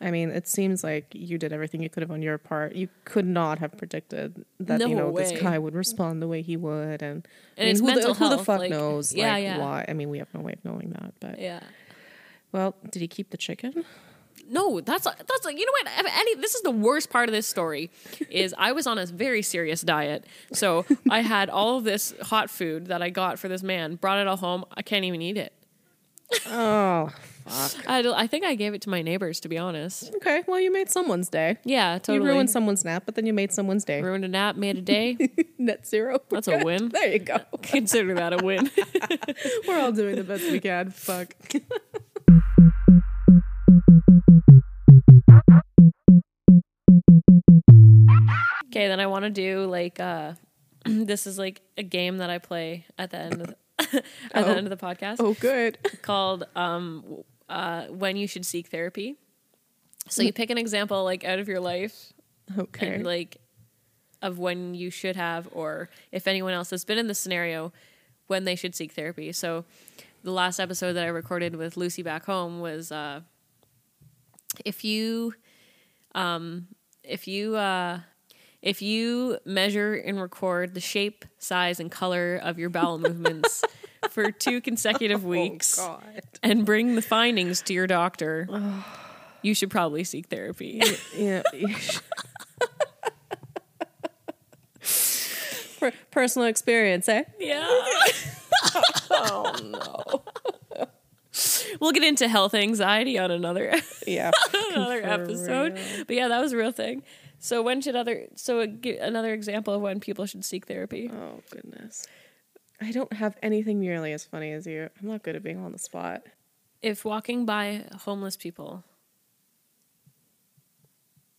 Speaker 2: I mean, it seems like you did everything you could have on your part. You could not have predicted that you
Speaker 1: No
Speaker 2: know
Speaker 1: way.
Speaker 2: this guy would respond the way he would, and, I
Speaker 1: And
Speaker 2: mean,
Speaker 1: it's
Speaker 2: who,
Speaker 1: mental
Speaker 2: the, who the
Speaker 1: health,
Speaker 2: fuck
Speaker 1: like,
Speaker 2: knows?
Speaker 1: yeah,
Speaker 2: like,
Speaker 1: yeah.
Speaker 2: Why? I mean, we have no way of knowing that. But
Speaker 1: yeah.
Speaker 2: well, did he keep the chicken?
Speaker 1: No, that's that's like you know what? If Any this is the worst part of this story is I was on a very serious diet, so I had all of this hot food that I got for this man, brought it all home. I can't even eat it.
Speaker 2: Oh,
Speaker 1: I, I think I gave it to my neighbors, to be honest.
Speaker 2: okay. Well, you made someone's day.
Speaker 1: Yeah, totally.
Speaker 2: You ruined someone's nap, but then you made someone's day.
Speaker 1: Ruined a nap, made a day.
Speaker 2: Net zero.
Speaker 1: That's a win.
Speaker 2: (laughs) There you go.
Speaker 1: Consider that a win.
Speaker 2: We're all doing the best we can. Fuck.
Speaker 1: Okay, then I want to do like uh, (clears throat) this is like a game that I play at the (laughs) end of the, at the end of the podcast.
Speaker 2: (laughs) Oh, (laughs) good.
Speaker 1: called um, w- uh, "When You Should Seek Therapy." So you pick an example like out of your life,
Speaker 2: Okay.
Speaker 1: and like of when you should have, or if anyone else has been in this scenario, when they should seek therapy. So the last episode that I recorded with Lucy back home was uh, if you, um, if you. Uh, if you measure and record the shape, size, and color of your
Speaker 2: (laughs)
Speaker 1: bowel movements for two consecutive weeks,
Speaker 2: Oh, God.
Speaker 1: and bring the findings to your (sighs) doctor, you should probably seek therapy.
Speaker 2: Yeah. (laughs) Per- personal experience, eh?
Speaker 1: (laughs) yeah. (laughs) oh no. (laughs) we'll get into health anxiety on another (laughs)
Speaker 2: (laughs) Yeah.
Speaker 1: another episode. But yeah, that was a real thing. So when should other so g- another example of when people should seek therapy?
Speaker 2: Oh goodness. I don't have anything nearly as funny as you. I'm not good at being on the spot.
Speaker 1: If walking by homeless people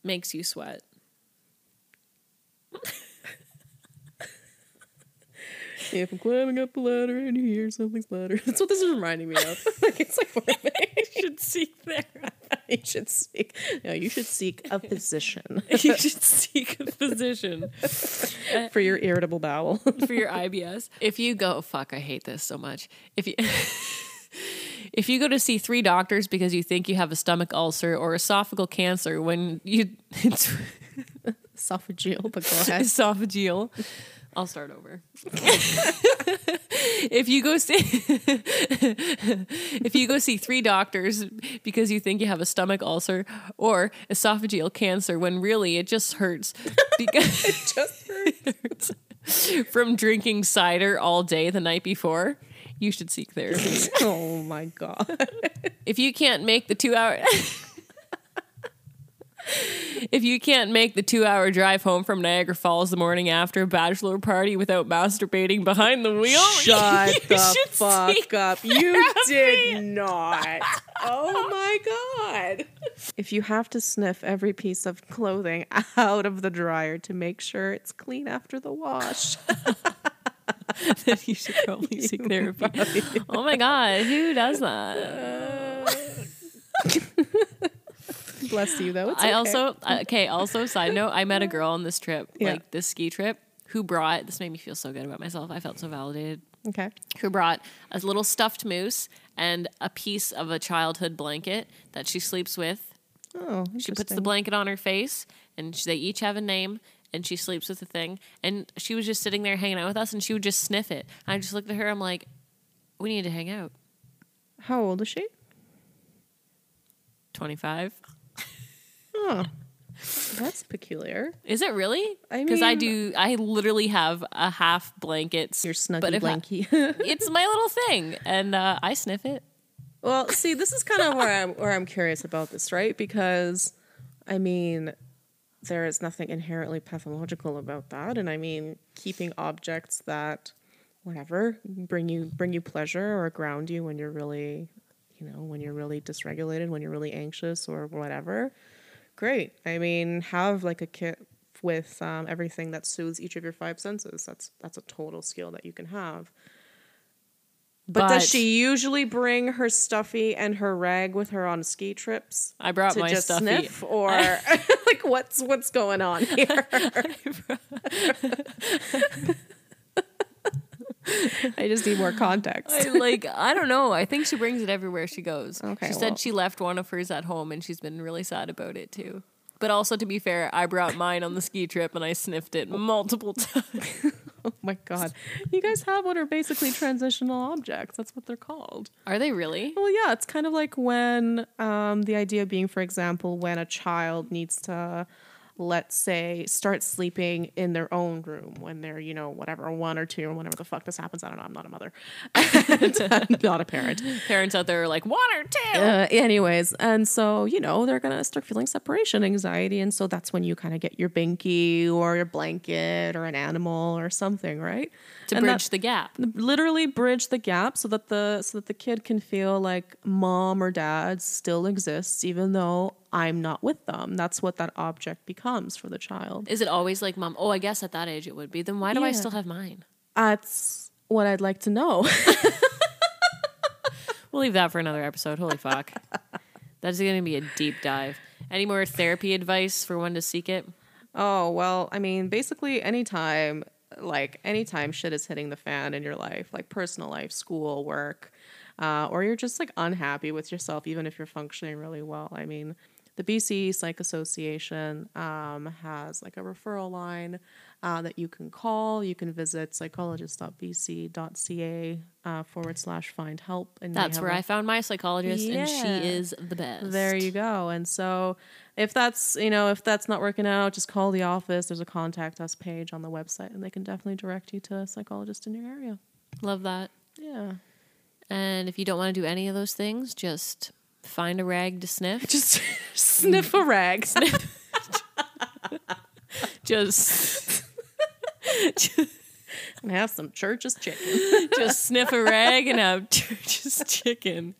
Speaker 1: makes you (laughs) sweat.
Speaker 2: If I'm climbing up a ladder and you (laughs) hear something splatter, that's what this is reminding me of. like it's like
Speaker 1: should seek therapy.
Speaker 2: (laughs) you should seek. No, you should seek
Speaker 1: (laughs)
Speaker 2: a physician
Speaker 1: (laughs) you should seek a physician
Speaker 2: (laughs) for your irritable bowel. (laughs)
Speaker 1: for your IBS. If you go, fuck, I hate this so much. If you. (laughs) If you go to see three doctors because you think you have a stomach ulcer or esophageal cancer when you (laughs) it's
Speaker 2: Esophageal, but (laughs) go ahead.
Speaker 1: esophageal. I'll start over. (laughs) if you go see (laughs) if you go see three doctors because you think you have a stomach ulcer or esophageal cancer when really it just hurts because
Speaker 2: Just
Speaker 1: (laughs)
Speaker 2: for-
Speaker 1: from drinking cider all day the night before, you should seek therapy. (laughs)
Speaker 2: oh my god.
Speaker 1: if you can't make the 2 hour (laughs) If you can't make the two hour drive home from Niagara Falls the morning after a bachelor party without masturbating behind the
Speaker 2: (laughs)
Speaker 1: wheel,
Speaker 2: (laughs) Shut
Speaker 1: you
Speaker 2: the
Speaker 1: should seek (laughs)
Speaker 2: fuck up. You did not. Oh my god. If you have to sniff every piece of clothing (laughs) out of the dryer to make sure it's clean after the wash.
Speaker 1: that you should probably (laughs)
Speaker 2: (laughs)
Speaker 1: seek therapy. Oh my god, who does that?
Speaker 2: Bless you though. It's
Speaker 1: I
Speaker 2: okay.
Speaker 1: also okay. Also, side note: I met a girl on this trip,
Speaker 2: Yeah.
Speaker 1: like this ski trip, who brought. This made me feel so good about myself. I felt so validated.
Speaker 2: Okay.
Speaker 1: Who brought a little stuffed moose and a piece of a childhood blanket that she sleeps with.
Speaker 2: Oh,
Speaker 1: She puts the blanket on her face, and she, they each have a name. And she sleeps with the thing. And she was just sitting there hanging out with us, and she would just sniff it. And I just looked at her. I'm like, we need to hang out.
Speaker 2: How old is she?
Speaker 1: 25. (laughs)
Speaker 2: Oh, that's peculiar.
Speaker 1: Is it really?
Speaker 2: I
Speaker 1: because I
Speaker 2: mean-
Speaker 1: do. I literally have a half blanket.
Speaker 2: Your
Speaker 1: but
Speaker 2: snuggy
Speaker 1: if I-
Speaker 2: blankie. (laughs)
Speaker 1: it's my little thing, and uh, I sniff it.
Speaker 2: well, see, this is kind of where I'm where I'm curious about this, right? Because, I mean, there is nothing inherently pathological about that, and I mean, keeping objects that, whatever, bring you bring you pleasure or ground you when you're really, you know, when you're really dysregulated, when you're really anxious or whatever. Great. I mean, have like a kit with um, everything that soothes each of your five senses. That's that's a total skill that you can have. But,
Speaker 1: But-
Speaker 2: does she usually bring her stuffy and her rag with her on ski trips?
Speaker 1: I brought
Speaker 2: to
Speaker 1: my
Speaker 2: just
Speaker 1: stuffy.
Speaker 2: sniff, or (laughs) like what's what's going (laughs) on here? I just need more context. (laughs)
Speaker 1: (laughs) I, like I don't know. I think she brings it everywhere she goes.
Speaker 2: Okay,
Speaker 1: she
Speaker 2: well-
Speaker 1: said she left one of hers at home, and she's been really sad about it too. But also, to be fair, I brought mine on the ski trip, and I sniffed it multiple (laughs) times.
Speaker 2: Oh my god, you guys have what are basically transitional objects. That's what they're called.
Speaker 1: Are they really?
Speaker 2: Well, yeah, it's kind of like when um, the idea being, for example, when a child needs to, let's say, start sleeping in their own room when they're, you know, whatever, one or two or whenever the fuck this happens. I don't know. I'm not a mother, (laughs) I'm not a parent.
Speaker 1: Parents out there are like one or two.
Speaker 2: Uh, anyways, and so, you know, they're going to start feeling separation anxiety. And so that's when you kind of get your binky or your blanket or an animal or something, right?
Speaker 1: To
Speaker 2: And that-
Speaker 1: bridge the gap.
Speaker 2: literally bridge the gap so that the so that the kid can feel like mom or dad still exists even though I'm not with them. That's what that object becomes for the child.
Speaker 1: Is it always like mom? Oh, I guess at that age it would be. Then why do I
Speaker 2: Yeah.
Speaker 1: still have mine?
Speaker 2: That's what I'd like to know.
Speaker 1: We'll leave that for another episode. Holy (laughs) fuck. That's going to be a deep dive. Any more therapy advice for when to seek it?
Speaker 2: oh, well, I mean, basically anytime like anytime shit is hitting the fan in your life, like personal life, school, work, uh, or you're just like unhappy with yourself, even if you're functioning really well. I mean, the BC Psych Association um, has like a referral line uh, that you can call. You can visit psychologist.bc.ca uh, forward slash find help. And they
Speaker 1: That's
Speaker 2: have
Speaker 1: where
Speaker 2: a-
Speaker 1: I found my psychologist, and
Speaker 2: Yeah.
Speaker 1: she is the best.
Speaker 2: there you go. And so if that's, you know, if that's not working out, just call the office. There's a contact us page on the website and they can definitely direct you to a psychologist in your area.
Speaker 1: Love that.
Speaker 2: Yeah.
Speaker 1: And if you don't want to do any of those things, just find a rag to sniff.
Speaker 2: (laughs) Just sniff a rag.
Speaker 1: Just
Speaker 2: and have some church's chicken.
Speaker 1: just sniff a rag and have (laughs) church's chicken.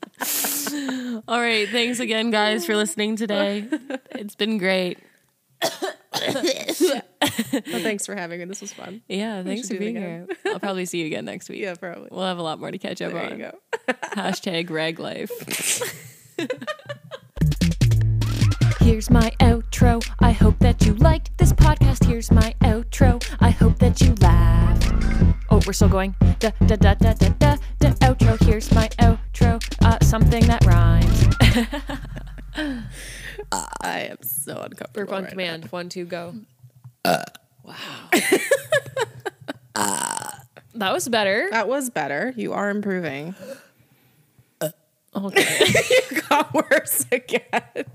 Speaker 1: All right, thanks again guys for listening today. It's been great.
Speaker 2: (laughs) Well, thanks for having me. This was fun.
Speaker 1: Yeah, thanks
Speaker 2: should
Speaker 1: for
Speaker 2: do it
Speaker 1: being here.
Speaker 2: again.
Speaker 1: I'll probably see you again next week.
Speaker 2: (laughs) Yeah, probably.
Speaker 1: We'll have a lot more to catch up
Speaker 2: There
Speaker 1: on.
Speaker 2: you go.
Speaker 1: Hashtag rag life. Here's my outro. I hope that you liked this podcast. Here's my outro. I hope that you laughed. Oh, we're still going. Da da da da da da da outro. Here's my outro. Uh, something that rhymes. (laughs)
Speaker 2: I am so uncomfortable.
Speaker 5: Burp on
Speaker 2: right
Speaker 5: command. One, two, go. (laughs) Wow. Uh. that was better.
Speaker 2: now. That was better. You are improving. Uh,
Speaker 5: Okay.
Speaker 2: (laughs) Got worse again.